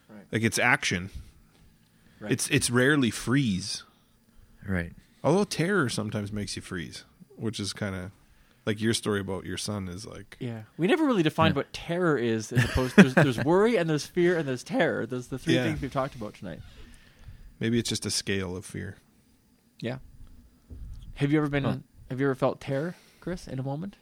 [SPEAKER 5] Right.
[SPEAKER 3] like it's action
[SPEAKER 5] Right.
[SPEAKER 3] it's it's rarely freeze
[SPEAKER 4] Right.
[SPEAKER 3] Although terror sometimes makes you freeze, which is kind of like your story about your son is like,
[SPEAKER 5] Yeah, we never really defined what terror is. As opposed, there's, there's worry and there's fear and there's terror. There's the three
[SPEAKER 3] Yeah.
[SPEAKER 5] things we've talked about tonight.
[SPEAKER 3] maybe it's just a scale of fear.
[SPEAKER 5] Yeah. Have you ever been?
[SPEAKER 4] Huh.
[SPEAKER 5] Have you ever felt terror, Chris? In a moment.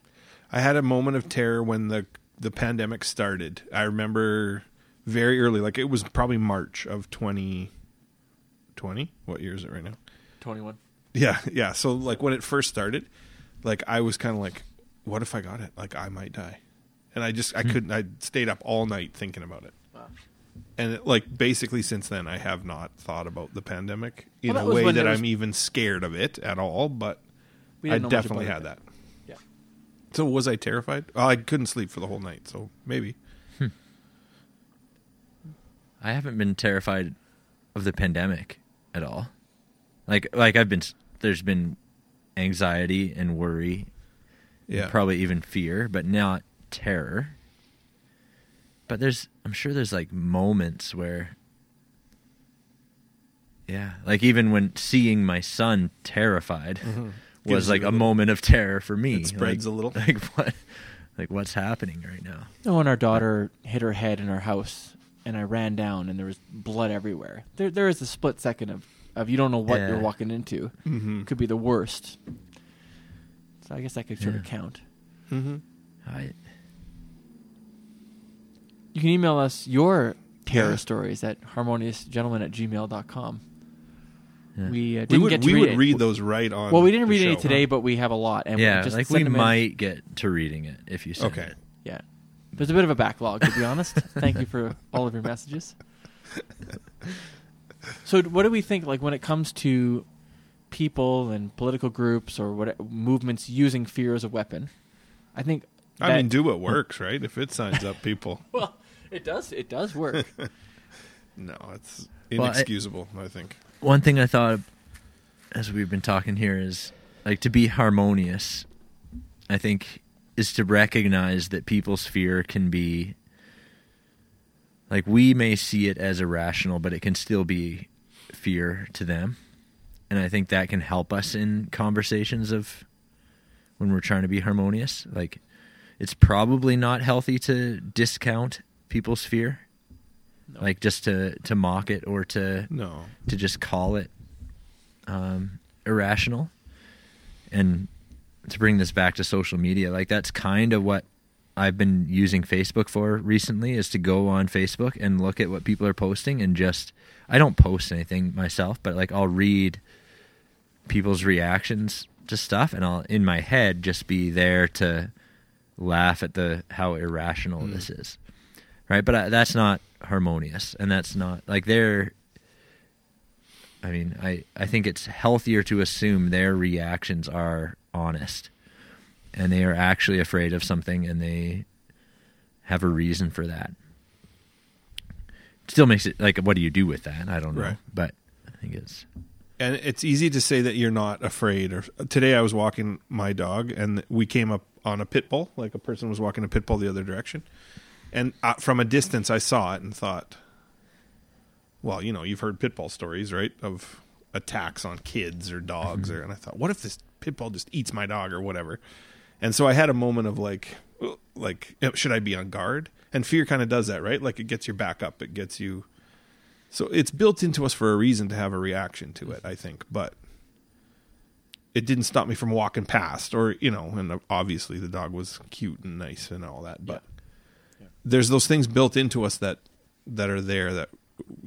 [SPEAKER 3] I had a moment of terror when the the pandemic started. I remember very early, like it was probably March of 2020. What year is it right now?
[SPEAKER 5] Twenty-one.
[SPEAKER 3] Yeah, yeah. So like when it first started, like I was kind of like, what if I got it? Like I might die, and I just I couldn't. I stayed up all night thinking about it.
[SPEAKER 5] Wow.
[SPEAKER 3] and it, like basically since then I have not thought about the pandemic in
[SPEAKER 5] Well, that
[SPEAKER 3] a
[SPEAKER 5] was
[SPEAKER 3] way
[SPEAKER 5] when
[SPEAKER 3] that
[SPEAKER 5] there was-
[SPEAKER 3] I'm even scared of it at all. But
[SPEAKER 5] We
[SPEAKER 3] I
[SPEAKER 5] didn't know much
[SPEAKER 3] definitely
[SPEAKER 5] about
[SPEAKER 3] had that.
[SPEAKER 5] it. Yeah.
[SPEAKER 3] So was I terrified? Well, I couldn't sleep for the whole night, so maybe.
[SPEAKER 4] I haven't been terrified of the pandemic at all. Like like I've been s- there's been anxiety and worry,
[SPEAKER 3] Yeah,
[SPEAKER 4] probably even fear, but not terror. But there's I'm sure there's like moments where yeah, like even when seeing my son terrified
[SPEAKER 3] Mm-hmm. Gives
[SPEAKER 4] was
[SPEAKER 3] you
[SPEAKER 4] like
[SPEAKER 3] a
[SPEAKER 4] a,
[SPEAKER 3] little-
[SPEAKER 4] moment of terror for me.
[SPEAKER 3] It spreads
[SPEAKER 4] Like-
[SPEAKER 3] a little.
[SPEAKER 4] [laughs] Like what like what's happening right now?
[SPEAKER 5] No, and our daughter hit her head in our house, and I ran down, and there was blood everywhere. There, there is a split second of, of you don't know what you're
[SPEAKER 4] Yeah.
[SPEAKER 5] walking into.
[SPEAKER 3] Mhm.
[SPEAKER 5] Could be the worst. So I guess that could sort of
[SPEAKER 4] Yeah.
[SPEAKER 5] count.
[SPEAKER 3] Mm-hmm.
[SPEAKER 4] I
[SPEAKER 5] You can email us your terror
[SPEAKER 3] Yeah.
[SPEAKER 5] stories at harmoniousgentleman at gmail.com.
[SPEAKER 4] yeah.
[SPEAKER 5] We, uh, didn't
[SPEAKER 3] We would
[SPEAKER 5] get to
[SPEAKER 3] we
[SPEAKER 5] read,
[SPEAKER 3] would
[SPEAKER 5] it.
[SPEAKER 3] read those right on.
[SPEAKER 5] Well, we didn't
[SPEAKER 3] the
[SPEAKER 5] read any
[SPEAKER 3] show.
[SPEAKER 5] today, but we have a lot. And
[SPEAKER 4] yeah,
[SPEAKER 5] just
[SPEAKER 4] like
[SPEAKER 5] send
[SPEAKER 4] we
[SPEAKER 5] them in.
[SPEAKER 4] might get to reading it if you send
[SPEAKER 3] Okay.
[SPEAKER 4] it.
[SPEAKER 5] Yeah. There's a bit of a backlog, to be honest. Thank you for all of your messages. So, what do we think, like, when it comes to people and political groups or what movements using fear as a weapon? I think.
[SPEAKER 3] I
[SPEAKER 5] that-
[SPEAKER 3] mean, do what works, right? If it signs up people,
[SPEAKER 5] [laughs] well, it does. It does work.
[SPEAKER 3] no, it's
[SPEAKER 4] Well, I-
[SPEAKER 3] inexcusable. I think.
[SPEAKER 4] One thing I thought of as we've been talking here is like to be harmonious, I think is to recognize that people's fear can be like we may see it as irrational, but it can still be fear to them. And I think that can help us in conversations of when we're trying to be harmonious. Like it's probably not healthy to discount people's fear.
[SPEAKER 5] No.
[SPEAKER 4] Like just to to mock it or to
[SPEAKER 3] No,
[SPEAKER 4] to just call it um, irrational and to bring this back to social media like that's kind of what i've been using facebook for recently is to go on facebook and look at what people are posting and just i don't post anything myself but like i'll read people's reactions to stuff and i'll in my head just be there to laugh at the how irrational this is right but I, that's not harmonious and that's not like they're I mean, I, I think it's healthier to assume their reactions are honest and they are actually afraid of something and they have a reason for that. Still makes it like, what do you do with that? I don't know.
[SPEAKER 3] Right.
[SPEAKER 4] But I think it's.
[SPEAKER 3] and it's easy to say that you're not afraid or today i was walking my dog and we came up on a pit bull like a person was walking a pit bull the other direction and uh, from a distance i saw it and thought well, you know, you've heard pitfall stories, right, of attacks on kids or dogs, or and I thought, what if this pitbull just eats my dog or whatever? And so I had a moment of like, "Oh," like, should I be on guard? And fear kind of does that, right? Like it gets your back up, it gets you. So it's built into us for a reason to have a reaction to it, I think. But it didn't stop me from walking past, or you know, and obviously the dog was cute and nice and all that. But there's those things built into us that that are there that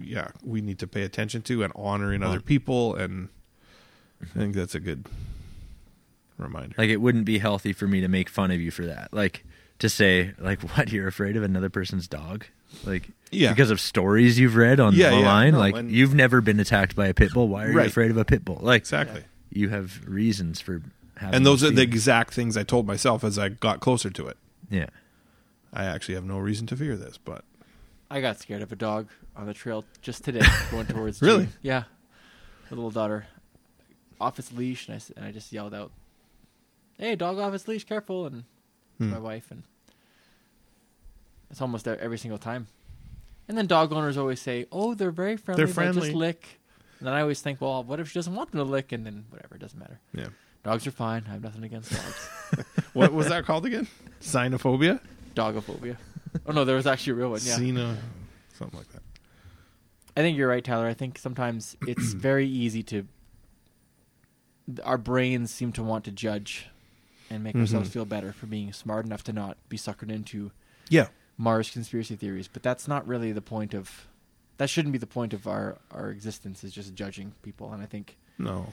[SPEAKER 3] yeah we need to pay attention to and honor in other people and i think that's a good reminder
[SPEAKER 4] Like it wouldn't be healthy for me to make fun of you for that. Like to say, like, [laughs] what you're afraid of another person's dog? Like
[SPEAKER 3] Yeah.
[SPEAKER 4] because of stories you've read on
[SPEAKER 3] Yeah,
[SPEAKER 4] the
[SPEAKER 3] yeah.
[SPEAKER 4] line.
[SPEAKER 3] No,
[SPEAKER 4] like
[SPEAKER 3] and-
[SPEAKER 4] you've never been attacked by a pit bull. Why are
[SPEAKER 3] Right.
[SPEAKER 4] you afraid of a pit bull? Like
[SPEAKER 3] exactly
[SPEAKER 4] you have reasons for having
[SPEAKER 3] and those are the
[SPEAKER 4] feelings.
[SPEAKER 3] exact things i told myself as i got closer to it
[SPEAKER 4] Yeah.
[SPEAKER 3] i actually have no reason to fear this but
[SPEAKER 5] I got scared of a dog on the trail just today
[SPEAKER 3] [laughs]
[SPEAKER 5] going towards.
[SPEAKER 3] Really?
[SPEAKER 5] June. Yeah. The little daughter off its leash, and I, s- and I just yelled out, "Hey, dog off its leash! Careful!" And to
[SPEAKER 3] Hmm.
[SPEAKER 5] my wife, and it's almost there every single time. And then dog owners always say, "Oh, they're very friendly.
[SPEAKER 3] They're
[SPEAKER 5] they'll
[SPEAKER 3] friendly."
[SPEAKER 5] just lick." And then I always think, "Well, what if she doesn't want them to lick?" And then whatever, it doesn't matter.
[SPEAKER 3] yeah
[SPEAKER 5] Dogs are fine. I have nothing against dogs. [laughs]
[SPEAKER 3] what was that called again Cynophobia?
[SPEAKER 5] Dogophobia. Oh no, there was actually a real one. Yeah.
[SPEAKER 3] Cyno- something like that
[SPEAKER 5] I think you're right, Tyler. I think sometimes it's very easy to our brains seem to want to judge and make ourselves feel better for being smart enough to not be suckered into
[SPEAKER 3] yeah
[SPEAKER 5] Mars conspiracy theories, but that's not really the point of that shouldn't be the point of our our existence is just judging people and I think
[SPEAKER 3] no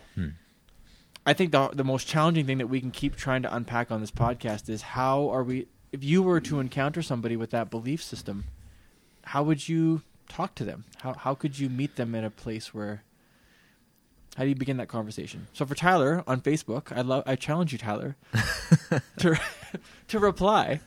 [SPEAKER 5] I think the the most challenging thing that we can keep trying to unpack on this podcast is how are we if you were to encounter somebody with that belief system, how would you talk to them? How how could you meet them in a place where how do you begin that conversation? So for Tyler on Facebook, I love I challenge you Tyler to to reply.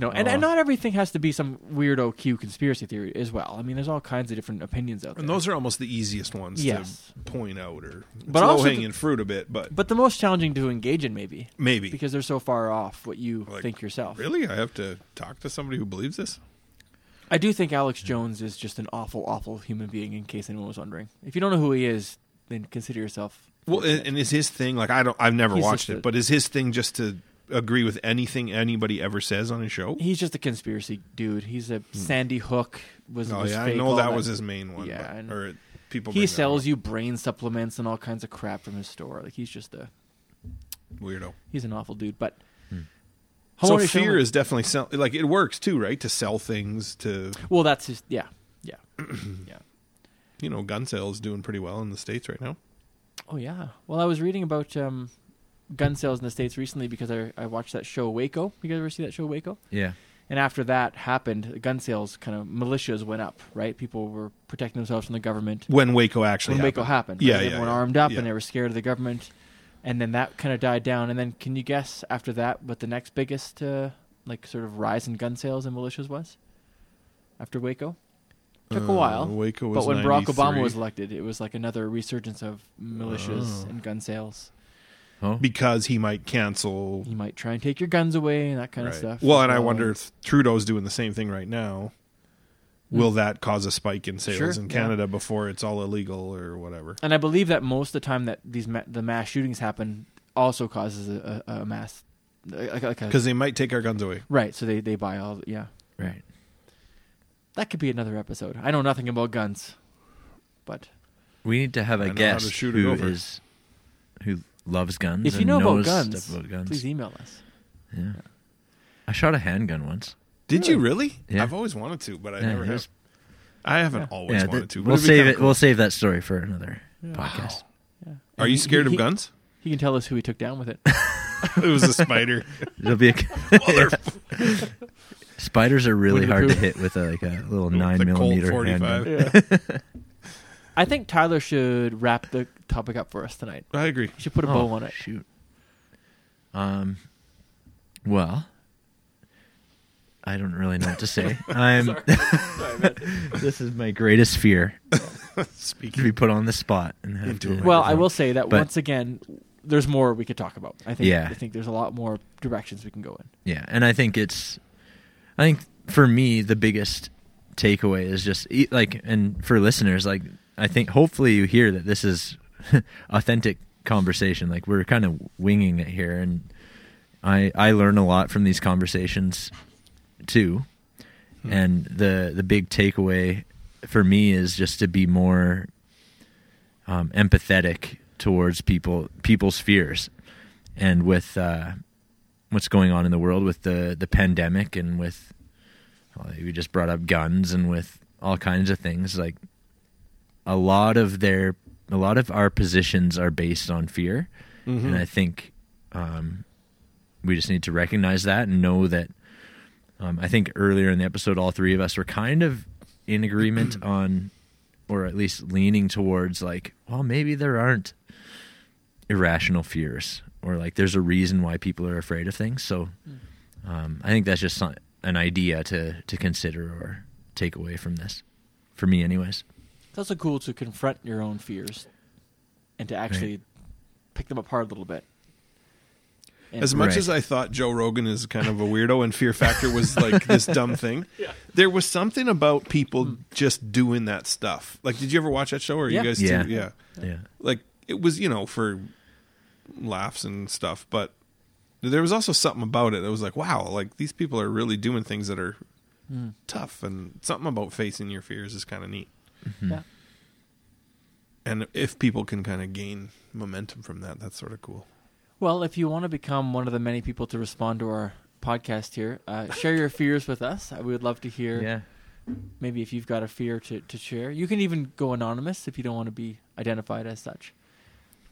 [SPEAKER 5] No, and, and
[SPEAKER 4] Oh.
[SPEAKER 5] not everything has to be some weirdo Q conspiracy theory as well. I mean, there's all kinds of different opinions out there.
[SPEAKER 3] and those are almost the easiest ones
[SPEAKER 5] Yes.
[SPEAKER 3] to point out or
[SPEAKER 5] But
[SPEAKER 3] but
[SPEAKER 5] also
[SPEAKER 3] low
[SPEAKER 5] the-
[SPEAKER 3] hanging fruit a bit but,
[SPEAKER 5] but the most challenging to engage in maybe
[SPEAKER 3] maybe
[SPEAKER 5] because they're so far off what you
[SPEAKER 3] Like,
[SPEAKER 5] think yourself.
[SPEAKER 3] really i have to talk to somebody who believes this
[SPEAKER 5] I do think Alex Jones is just an awful, awful human being. In case anyone was wondering, if you don't know who he is, then consider yourself.
[SPEAKER 3] Well, and, and is his thing like I don't? I've never
[SPEAKER 5] He's
[SPEAKER 3] watched
[SPEAKER 5] just a-
[SPEAKER 3] it, but is his thing just to agree with anything anybody ever says on his show?
[SPEAKER 5] He's just a conspiracy dude. He's a Sandy Hook was.
[SPEAKER 3] No,
[SPEAKER 5] was
[SPEAKER 3] Hmm. Oh, yeah, I
[SPEAKER 5] fake,
[SPEAKER 3] know
[SPEAKER 5] all
[SPEAKER 3] that was his main one.
[SPEAKER 5] Yeah,
[SPEAKER 3] but-
[SPEAKER 5] and
[SPEAKER 3] or people.
[SPEAKER 5] He sells you brain supplements and all kinds of crap from his store. Like he's just a
[SPEAKER 3] weirdo.
[SPEAKER 5] he's an awful dude. But How
[SPEAKER 3] Hmm. So
[SPEAKER 5] old is she?
[SPEAKER 3] fear is definitely sell, like it works too, right? To sell things to
[SPEAKER 5] well, that's his. Yeah, yeah, yeah.
[SPEAKER 3] you know, gun sales doing pretty well in the states right now.
[SPEAKER 5] Oh yeah. Well, I was reading about um, gun sales in the states recently because I I watched that show Waco. You guys ever see that show Waco?
[SPEAKER 4] Yeah.
[SPEAKER 5] And after that happened, the gun sales kind of militias went up, right? People were protecting themselves from the government.
[SPEAKER 3] When Waco actually
[SPEAKER 5] When Waco
[SPEAKER 3] happened.
[SPEAKER 5] happened,
[SPEAKER 3] Yeah,
[SPEAKER 5] right?
[SPEAKER 3] yeah,
[SPEAKER 5] everyone
[SPEAKER 3] yeah.
[SPEAKER 5] armed up
[SPEAKER 3] Yeah.
[SPEAKER 5] and they were scared of the government. And then that kind of died down. And then can you guess after that what the next biggest uh, like sort of rise in gun sales and militias was? After Waco, took a
[SPEAKER 3] Uh,
[SPEAKER 5] while.
[SPEAKER 3] Waco was
[SPEAKER 5] but when Barack Obama
[SPEAKER 3] 93.
[SPEAKER 5] was elected, it was like another resurgence of militias and gun sales.
[SPEAKER 4] Oh.
[SPEAKER 3] because he might cancel.
[SPEAKER 5] You might try and take your guns away and that kind
[SPEAKER 3] Right.
[SPEAKER 5] of stuff.
[SPEAKER 3] Well,
[SPEAKER 5] as
[SPEAKER 3] and I wonder if Trudeau's doing the same thing right now. Will that cause a spike in sales
[SPEAKER 5] Hmm. Sure,
[SPEAKER 3] in
[SPEAKER 5] yeah.
[SPEAKER 3] Canada before it's all illegal or whatever?
[SPEAKER 5] and I believe that most of the time that these ma- the mass shootings happen also causes a, a, a mass like, like a,
[SPEAKER 3] because they might take our guns away.
[SPEAKER 5] right. So they they buy all yeah.
[SPEAKER 4] Right.
[SPEAKER 5] That could be another episode. I know nothing about guns, but
[SPEAKER 4] We need to have
[SPEAKER 3] I
[SPEAKER 4] a
[SPEAKER 3] know how to
[SPEAKER 4] guest
[SPEAKER 3] shoot it
[SPEAKER 4] who
[SPEAKER 3] over.
[SPEAKER 4] is who loves guns.
[SPEAKER 5] if you
[SPEAKER 4] and
[SPEAKER 5] know about
[SPEAKER 4] knows
[SPEAKER 5] guns,
[SPEAKER 4] stuff about guns.
[SPEAKER 5] please e- email us.
[SPEAKER 4] yeah. I shot a handgun once.
[SPEAKER 3] Did
[SPEAKER 5] Hmm.
[SPEAKER 3] you really?
[SPEAKER 4] Yeah.
[SPEAKER 3] I've always wanted to, but I
[SPEAKER 4] Yeah,
[SPEAKER 3] never
[SPEAKER 4] it
[SPEAKER 3] have.
[SPEAKER 4] was-
[SPEAKER 3] I haven't always
[SPEAKER 4] yeah,
[SPEAKER 3] wanted
[SPEAKER 4] that-
[SPEAKER 3] to. but
[SPEAKER 4] we'll
[SPEAKER 3] it'd be
[SPEAKER 4] save
[SPEAKER 3] kinda
[SPEAKER 4] it.
[SPEAKER 3] cool.
[SPEAKER 4] We'll save that story for another podcast.
[SPEAKER 3] Are you
[SPEAKER 5] He-
[SPEAKER 3] scared
[SPEAKER 5] he-
[SPEAKER 3] of guns? [laughs]
[SPEAKER 5] He can tell us who he took down with it. [laughs]
[SPEAKER 3] it was a
[SPEAKER 4] [laughs]
[SPEAKER 3] spider.
[SPEAKER 4] It'll be a spiders are really
[SPEAKER 5] Would've
[SPEAKER 4] hard to
[SPEAKER 5] approved.
[SPEAKER 4] hit with a, like a little nine
[SPEAKER 3] the Colt
[SPEAKER 4] millimeter
[SPEAKER 3] 45.
[SPEAKER 5] Oh,
[SPEAKER 4] handgun.
[SPEAKER 5] I think Tyler should wrap the topic up for us tonight.
[SPEAKER 3] I agree.
[SPEAKER 5] You should put a
[SPEAKER 4] Oh,
[SPEAKER 5] bow on it.
[SPEAKER 4] Shoot. Um. Well, I don't really know what to say. [laughs] I'm. [laughs] this is my greatest fear to
[SPEAKER 3] Speaking.
[SPEAKER 4] be put on the spot and have
[SPEAKER 3] Into
[SPEAKER 4] to.
[SPEAKER 3] a
[SPEAKER 5] Well, I will say that
[SPEAKER 4] But-
[SPEAKER 5] once again, there's more we could talk about. I think
[SPEAKER 4] Yeah.
[SPEAKER 5] I think there's a lot more directions we can go in.
[SPEAKER 4] Yeah, and I think it's, I think for me the biggest takeaway is just e- like, and for listeners, like, I think hopefully you hear that this is [laughs] authentic conversation. Like, we're kind of winging it here, and I I learn a lot from these conversations too. And the the big takeaway for me is just to be more um, empathetic towards people people's fears, and with uh, what's going on in the world with the the pandemic and with well, we just brought up guns and with all kinds of things like a lot of their a lot of our positions are based on fear and i think um, we just need to recognize that and know that um, i think earlier in the episode all three of us were kind of in agreement on or at least leaning towards like well maybe there aren't irrational fears or like there's a reason why people are afraid of things so
[SPEAKER 5] Hmm.
[SPEAKER 4] um, i think that's just not an idea to to consider or take away from this for me anyways
[SPEAKER 5] It's also cool to confront your own fears and to actually pick them apart a little bit. And
[SPEAKER 3] As much
[SPEAKER 4] Right.
[SPEAKER 3] as I thought Joe Rogan is kind of a weirdo and Fear Factor was like
[SPEAKER 5] [laughs]
[SPEAKER 3] this dumb thing, there was something about people just doing that stuff. Like, did you ever watch that show? Or are
[SPEAKER 5] Hmm. Yeah.
[SPEAKER 3] you guys?
[SPEAKER 4] Yeah.
[SPEAKER 3] Too, yeah.
[SPEAKER 4] yeah
[SPEAKER 3] Like it was, you know, for laughs and stuff. But there was also something about it that was like, wow, like these people are really doing things that are
[SPEAKER 5] Hmm.
[SPEAKER 3] tough, and something about facing your fears is kind of neat.
[SPEAKER 4] Mm-hmm.
[SPEAKER 5] yeah.
[SPEAKER 3] And if people can kind of gain momentum from that, that's sort of cool.
[SPEAKER 5] Well, if you want to become one of the many people to respond to our podcast here, uh, share your fears with us. Uh, We would love to hear.
[SPEAKER 4] yeah
[SPEAKER 5] Maybe if you've got a fear to, to share, you can even go anonymous if you don't want to be identified as such.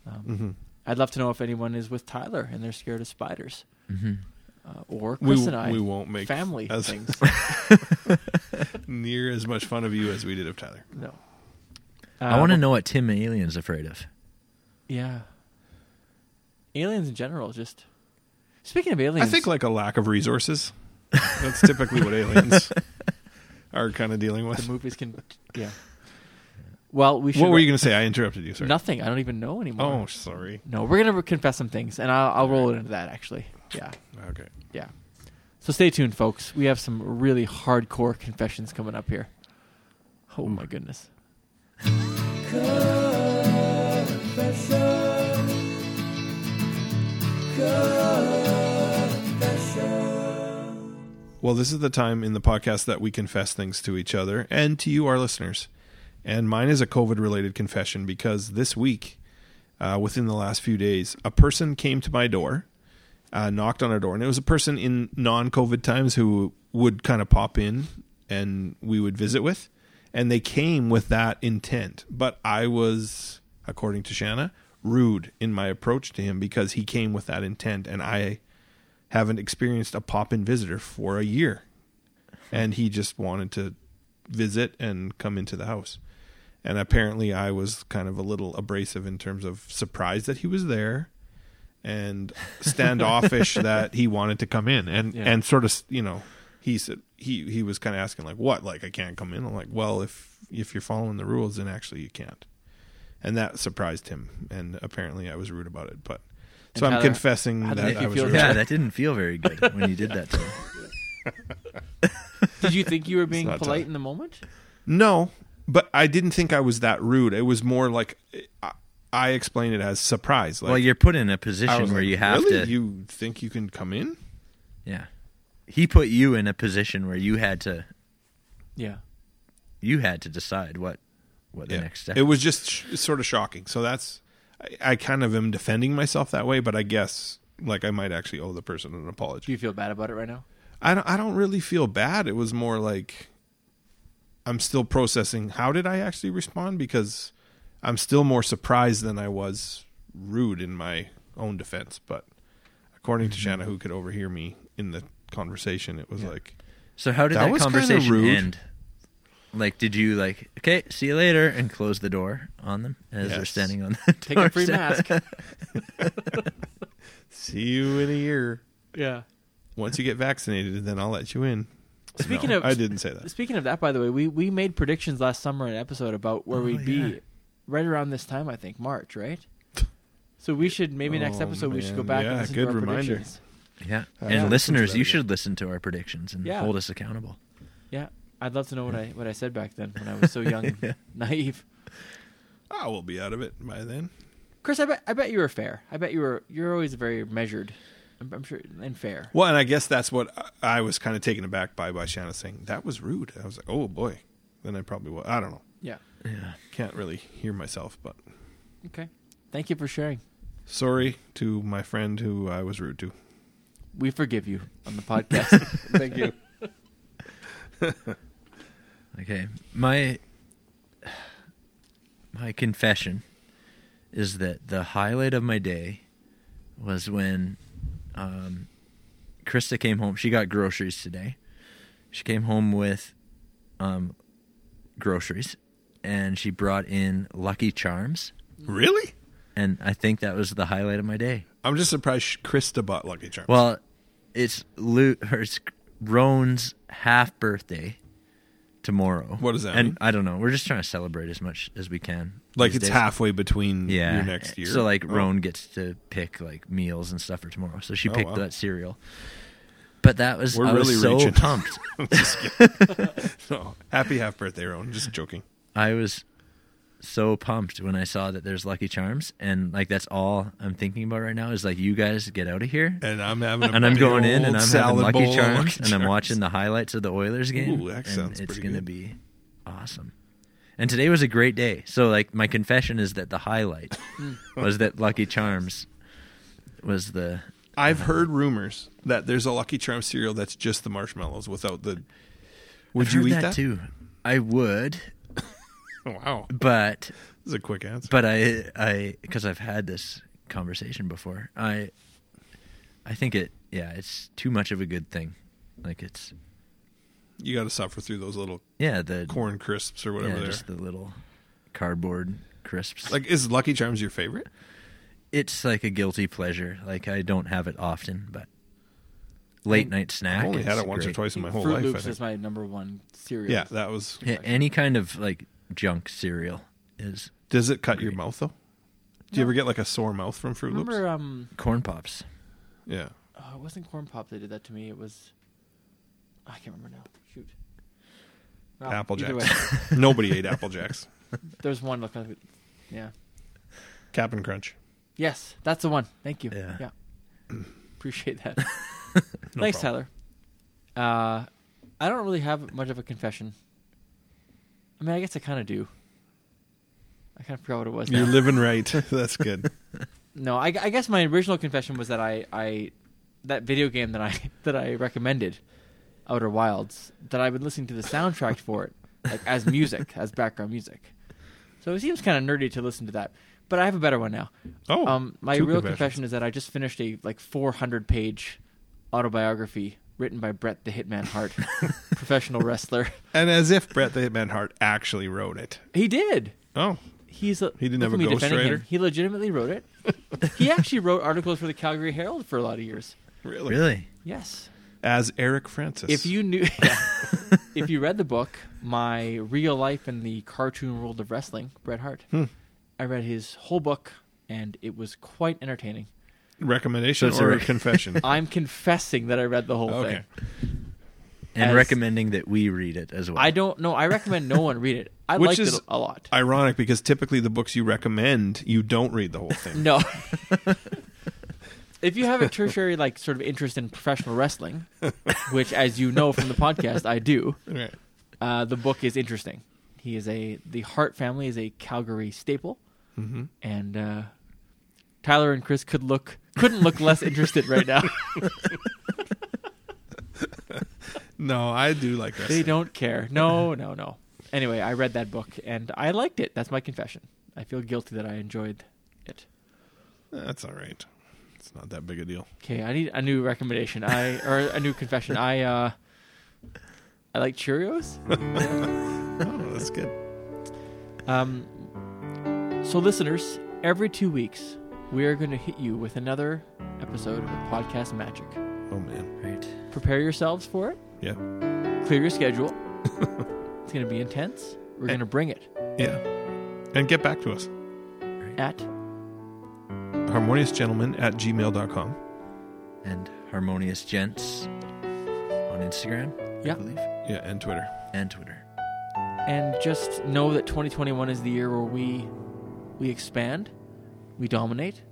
[SPEAKER 5] Um,
[SPEAKER 3] Mm.
[SPEAKER 5] I'd love to know if anyone is with Tyler and they're scared of spiders,
[SPEAKER 4] Mm-hmm.
[SPEAKER 5] uh, or Chris
[SPEAKER 3] we
[SPEAKER 5] and I.
[SPEAKER 3] we won't make
[SPEAKER 5] family
[SPEAKER 3] as [laughs]
[SPEAKER 5] things.
[SPEAKER 3] near as much fun of you as we did of Tyler.
[SPEAKER 5] no. Uh,
[SPEAKER 4] i want
[SPEAKER 5] to
[SPEAKER 4] to know what tim alien's afraid of
[SPEAKER 5] Yeah. Aliens in general, just. Speaking of
[SPEAKER 3] I
[SPEAKER 5] aliens,
[SPEAKER 3] think like a lack of resources. That's typically what
[SPEAKER 5] [laughs]
[SPEAKER 3] aliens are kind of dealing
[SPEAKER 5] [laughs]
[SPEAKER 3] [laughs]
[SPEAKER 5] the
[SPEAKER 3] with.
[SPEAKER 5] movies can. Yeah. Well, we should.
[SPEAKER 3] What were you going to say? I interrupted you. Sorry.
[SPEAKER 5] Nothing. I don't even know anymore.
[SPEAKER 3] Oh, sorry.
[SPEAKER 5] No, we're going to confess some things, and I'll, I'll roll it into that, actually. Yeah.
[SPEAKER 3] Okay.
[SPEAKER 5] Yeah. So stay tuned, folks. We have some really hardcore confessions coming up here. Oh, my goodness.
[SPEAKER 3] Well, this is the time in the podcast that we confess things to each other and to you, our listeners. And mine is a COVID related confession because this week, uh, within the last few days, a person came to my door, uh, knocked on our door, and it was a person in non COVID times who would kind of pop in and we would visit with. And they came with that intent. But I was, according to Shanna, rude in my approach to him because he came with that intent and I haven't experienced a pop in visitor for a year. And he just wanted to visit and come into the house. And apparently, I was kind of a little abrasive in terms of surprised that he was there and standoffish that he wanted to come in. And,
[SPEAKER 5] Yeah.
[SPEAKER 3] and sort of, you know, he said, he, he was kind of asking, like, what? Like, I can't come in. I'm like, well, if, if you're following the rules, then actually you can't. And that surprised him. And apparently, I was rude about it. But so I'm
[SPEAKER 5] Tyler,
[SPEAKER 3] confessing
[SPEAKER 5] how did it
[SPEAKER 3] that
[SPEAKER 5] make you
[SPEAKER 3] I was
[SPEAKER 5] feel?
[SPEAKER 3] rude.
[SPEAKER 4] yeah that didn't feel very good when you did that to me
[SPEAKER 3] [laughs]
[SPEAKER 5] Did you think you were being
[SPEAKER 3] not
[SPEAKER 5] polite
[SPEAKER 3] time.
[SPEAKER 5] in the moment?
[SPEAKER 3] No, but I didn't think I was that rude. It was more like I, I explained it as surprise. Like,
[SPEAKER 4] well you're put in a
[SPEAKER 3] I
[SPEAKER 4] position
[SPEAKER 3] was
[SPEAKER 4] where
[SPEAKER 3] like,
[SPEAKER 4] you have
[SPEAKER 3] "Really?
[SPEAKER 4] to
[SPEAKER 3] You think you can come in?
[SPEAKER 4] yeah he put you in a position where you had to
[SPEAKER 5] Yeah.
[SPEAKER 4] you had to decide what what the next step
[SPEAKER 3] It was just sh- sort of shocking. So that's I, I kind of am defending myself that way, but I guess like I might actually owe the person an apology.
[SPEAKER 5] Do you feel bad about it
[SPEAKER 3] [laughs]
[SPEAKER 5] right now?
[SPEAKER 3] I don't, I don't really feel bad. It was more like I'm still processing how did I actually respond because I'm still more surprised than I was rude in my own defense. But according to Shanna, who could overhear me in the conversation, it was like,
[SPEAKER 4] So how did
[SPEAKER 3] That
[SPEAKER 4] that,
[SPEAKER 3] was kinda
[SPEAKER 4] conversation
[SPEAKER 3] rude.
[SPEAKER 4] end? Like, did you like, okay, see you later, and close the door on them as they're
[SPEAKER 3] Yes.
[SPEAKER 4] standing on the
[SPEAKER 5] Take a free
[SPEAKER 4] doorstep?
[SPEAKER 5] mask.
[SPEAKER 3] [laughs] see you in a year.
[SPEAKER 5] yeah.
[SPEAKER 3] Once you get vaccinated, then I'll let you [laughs] in.
[SPEAKER 5] Speaking
[SPEAKER 3] No,
[SPEAKER 5] of-
[SPEAKER 3] I didn't say that.
[SPEAKER 5] Speaking of that, by the way, we, we made predictions last summer in an episode about where
[SPEAKER 4] Oh,
[SPEAKER 5] we'd
[SPEAKER 4] yeah.
[SPEAKER 5] be right around this time, I think, March, right? So we should maybe next
[SPEAKER 3] Oh,
[SPEAKER 5] episode we should go
[SPEAKER 3] man.
[SPEAKER 5] back
[SPEAKER 3] Yeah,
[SPEAKER 5] and listen
[SPEAKER 3] good
[SPEAKER 5] to our
[SPEAKER 3] reminder.
[SPEAKER 5] predictions.
[SPEAKER 4] Yeah,
[SPEAKER 3] listen
[SPEAKER 4] and
[SPEAKER 3] to
[SPEAKER 4] listeners,
[SPEAKER 3] that
[SPEAKER 4] you
[SPEAKER 3] yet.
[SPEAKER 4] should listen to our predictions and
[SPEAKER 5] Yeah.
[SPEAKER 4] hold us accountable.
[SPEAKER 5] Yeah. I'd love to know what I what I said back then when I
[SPEAKER 3] [laughs]
[SPEAKER 5] was so young, and naive.
[SPEAKER 3] I will be out of it by then.
[SPEAKER 5] Chris, I bet I bet you were fair. I bet you were you're always very measured. I'm, I'm sure and fair.
[SPEAKER 3] Well, and I guess that's what I- I was kind of taken aback by by Shanna saying that was rude. I was like, oh boy. Then I probably was. I don't know.
[SPEAKER 5] Yeah.
[SPEAKER 3] Can't really hear myself, but
[SPEAKER 5] Okay. Thank you for sharing.
[SPEAKER 3] sorry to my friend who I was rude to.
[SPEAKER 5] We forgive you on
[SPEAKER 3] [laughs]
[SPEAKER 5] the podcast.
[SPEAKER 3] Thank you.
[SPEAKER 4] Okay. My my confession is that the highlight of my day was when um, Krista came home. She got groceries today. She came home with um, groceries, and she brought in Lucky Charms,
[SPEAKER 3] really?
[SPEAKER 4] and I think that was the highlight of my day.
[SPEAKER 3] I'm just surprised Krista bought Lucky Charms.
[SPEAKER 4] Well, it's Lou or it's Roan's half birthday tomorrow.
[SPEAKER 3] What does that
[SPEAKER 4] And
[SPEAKER 3] mean?
[SPEAKER 4] I don't know. We're just trying to celebrate as much as we can.
[SPEAKER 3] like
[SPEAKER 4] these
[SPEAKER 3] it's
[SPEAKER 4] days.
[SPEAKER 3] halfway between
[SPEAKER 4] Yeah.
[SPEAKER 3] your next year.
[SPEAKER 4] So like
[SPEAKER 3] Oh.
[SPEAKER 4] Roan gets to pick like meals and stuff for tomorrow. So she
[SPEAKER 3] Oh,
[SPEAKER 4] picked
[SPEAKER 3] wow.
[SPEAKER 4] that cereal. But that was
[SPEAKER 3] We're
[SPEAKER 4] I was
[SPEAKER 3] really
[SPEAKER 4] so
[SPEAKER 3] reaching. [laughs]
[SPEAKER 4] pumped.
[SPEAKER 3] No. Happy half birthday, Roan. Just joking.
[SPEAKER 4] I was so pumped when I saw that there's Lucky Charms and like that's all I'm thinking about right now is like you guys get out of here.
[SPEAKER 3] And I'm having a
[SPEAKER 4] and I'm
[SPEAKER 3] big
[SPEAKER 4] going in
[SPEAKER 3] old
[SPEAKER 4] and I'm having
[SPEAKER 3] salad bowl
[SPEAKER 4] Lucky
[SPEAKER 3] of
[SPEAKER 4] Charms,
[SPEAKER 3] Lucky
[SPEAKER 4] and I'm
[SPEAKER 3] Charms.
[SPEAKER 4] watching the highlights of the Oilers game.
[SPEAKER 3] Ooh, that
[SPEAKER 4] and
[SPEAKER 3] sounds
[SPEAKER 4] It's
[SPEAKER 3] pretty
[SPEAKER 4] gonna
[SPEAKER 3] good.
[SPEAKER 4] be awesome. And today was a great day. So like my confession is that
[SPEAKER 3] [laughs]
[SPEAKER 4] the highlight was that Lucky Charms was the
[SPEAKER 3] I've heard rumors that there's a Lucky Charms cereal that's just the marshmallows without the. Would
[SPEAKER 4] I've
[SPEAKER 3] you
[SPEAKER 4] heard
[SPEAKER 3] eat
[SPEAKER 4] that, too. I would,
[SPEAKER 3] [laughs] Wow,
[SPEAKER 4] but
[SPEAKER 3] this is a quick answer.
[SPEAKER 4] but I I because I've had this conversation before. I I think it yeah, it's too much of a good thing. Like it's
[SPEAKER 3] you got to suffer through those little
[SPEAKER 4] yeah, the
[SPEAKER 3] corn crisps or whatever.
[SPEAKER 4] yeah,
[SPEAKER 3] they're
[SPEAKER 4] just the little cardboard crisps.
[SPEAKER 3] Like, is Lucky Charms your favorite?
[SPEAKER 4] it's like a guilty pleasure. Like I don't have it often, but late night snack.
[SPEAKER 3] I've only had
[SPEAKER 4] is
[SPEAKER 3] it once or
[SPEAKER 4] great.
[SPEAKER 3] twice in my whole
[SPEAKER 5] Fruit
[SPEAKER 3] life. I
[SPEAKER 5] Loops
[SPEAKER 3] think.
[SPEAKER 5] is my number one cereal.
[SPEAKER 3] yeah, that was.
[SPEAKER 4] Yeah, any kind of like junk cereal is
[SPEAKER 3] Does it cut your mouth though? Do you ever get like a sore mouth from Fruit Loops?
[SPEAKER 5] Remember, um,
[SPEAKER 4] corn pops.
[SPEAKER 3] Yeah.
[SPEAKER 5] oh, it wasn't Corn Pop that did that to me. It was, I can't remember now. Shoot. Well,
[SPEAKER 3] Apple
[SPEAKER 5] either way,
[SPEAKER 3] Jacks. Nobody ate Apple
[SPEAKER 5] [laughs]
[SPEAKER 3] Jacks.
[SPEAKER 5] There's one. Look, yeah.
[SPEAKER 3] Cap'n Crunch.
[SPEAKER 5] Yes, that's the one. Thank you.
[SPEAKER 4] Yeah.
[SPEAKER 3] [clears throat] [laughs]
[SPEAKER 5] Appreciate that. Thanks, Tyler. Uh, I don't really have much of a confession. I mean, I guess I kind of do. I kind of forgot what it was.
[SPEAKER 3] You're
[SPEAKER 5] now.
[SPEAKER 3] living right. [laughs] That's good.
[SPEAKER 5] No, I, I guess my original confession was that I, I that video game that I [laughs] that I recommended, Outer Wilds, that I've been listening to the soundtrack for it, like
[SPEAKER 3] [laughs]
[SPEAKER 5] as music, as background music. So it seems kind of nerdy to listen to that, but I have a better one now.
[SPEAKER 3] Oh,
[SPEAKER 5] um, my
[SPEAKER 3] two
[SPEAKER 5] real
[SPEAKER 3] confessions.
[SPEAKER 5] confession is that I just finished a like 400 page autobiography written by Brett the
[SPEAKER 3] [laughs]
[SPEAKER 5] Hitman Hart, professional wrestler.
[SPEAKER 3] And as if Brett the Hitman Hart actually wrote it.
[SPEAKER 5] He did.
[SPEAKER 3] Oh,
[SPEAKER 5] He's a,
[SPEAKER 3] He didn't
[SPEAKER 5] look
[SPEAKER 3] have
[SPEAKER 5] at
[SPEAKER 3] a
[SPEAKER 5] me defending him.
[SPEAKER 3] ghostwriter?
[SPEAKER 5] He legitimately wrote
[SPEAKER 3] [laughs]
[SPEAKER 5] it. he actually wrote articles for the Calgary Herald for a lot of years.
[SPEAKER 3] really?
[SPEAKER 4] Really?
[SPEAKER 5] Yes.
[SPEAKER 3] As Eric Francis.
[SPEAKER 5] If you knew, [laughs] yeah. if you read the book, my real life in the cartoon world of wrestling, Bret Hart.
[SPEAKER 3] Hmm.
[SPEAKER 5] I read his whole book, and it was quite entertaining.
[SPEAKER 3] recommendation
[SPEAKER 4] So it's a
[SPEAKER 3] or a
[SPEAKER 5] [laughs]
[SPEAKER 4] rec-
[SPEAKER 3] confession?
[SPEAKER 5] I'm confessing that I read the whole
[SPEAKER 3] okay.
[SPEAKER 5] thing.
[SPEAKER 4] And
[SPEAKER 5] As-
[SPEAKER 4] recommending that we read it as well.
[SPEAKER 5] I don't know. I recommend no one read it. I
[SPEAKER 3] Which
[SPEAKER 5] liked
[SPEAKER 3] is-
[SPEAKER 5] it a lot.
[SPEAKER 3] Ironic because typically the books you recommend, you don't read the whole thing. [laughs]
[SPEAKER 5] No. if you have a tertiary like sort of interest in professional wrestling, which as you know from the podcast I do,
[SPEAKER 3] Right.
[SPEAKER 5] uh, the book is interesting. He is a the Hart family is a Calgary staple, and uh, Tyler and Chris could look couldn't look less interested right now.
[SPEAKER 3] No, I do like wrestling.
[SPEAKER 5] they don't care. No, no, no. Anyway, I read that book and I liked it. That's my confession. I feel guilty that I enjoyed it.
[SPEAKER 3] That's all right. It's not that big a deal. [laughs]
[SPEAKER 5] Okay, I need a new recommendation. I or a new confession. I uh I like Cheerios.
[SPEAKER 3] Oh, that's good.
[SPEAKER 5] Um so listeners, every 2 weeks we are going to hit you with another episode of Podcast Magic.
[SPEAKER 3] Oh man.
[SPEAKER 4] Right.
[SPEAKER 5] Prepare yourselves for it.
[SPEAKER 3] Yeah.
[SPEAKER 5] Clear your schedule.
[SPEAKER 3] [laughs]
[SPEAKER 5] it's going to be intense. We're going to bring it
[SPEAKER 3] Yeah. And get back to us.
[SPEAKER 5] at
[SPEAKER 3] Harmoniousgentleman at gmail.com.
[SPEAKER 4] And harmonious gents on Instagram.
[SPEAKER 5] Yeah.
[SPEAKER 4] I believe,
[SPEAKER 3] Yeah, and Twitter.
[SPEAKER 4] and Twitter.
[SPEAKER 5] and just know that 2021 is the year where we we expand, we dominate,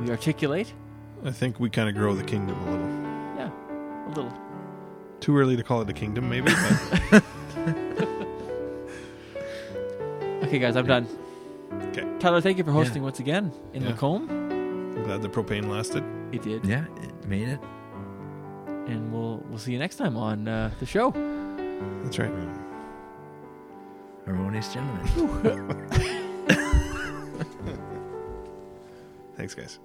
[SPEAKER 5] we articulate.
[SPEAKER 3] I think we kind of grow the kingdom a little.
[SPEAKER 5] Yeah, a little.
[SPEAKER 3] Too early to call it a kingdom, maybe. But
[SPEAKER 5] Okay, guys, I'm done.
[SPEAKER 3] Okay.
[SPEAKER 5] Tyler, thank you for hosting once again in
[SPEAKER 3] Yeah.
[SPEAKER 5] Lacombe.
[SPEAKER 3] I'm glad the propane lasted.
[SPEAKER 5] It did,
[SPEAKER 4] Yeah, it made it.
[SPEAKER 5] and we'll we'll see you next time on uh, the show.
[SPEAKER 3] That's right.
[SPEAKER 4] Harmonious gentlemen.
[SPEAKER 3] Thanks, guys.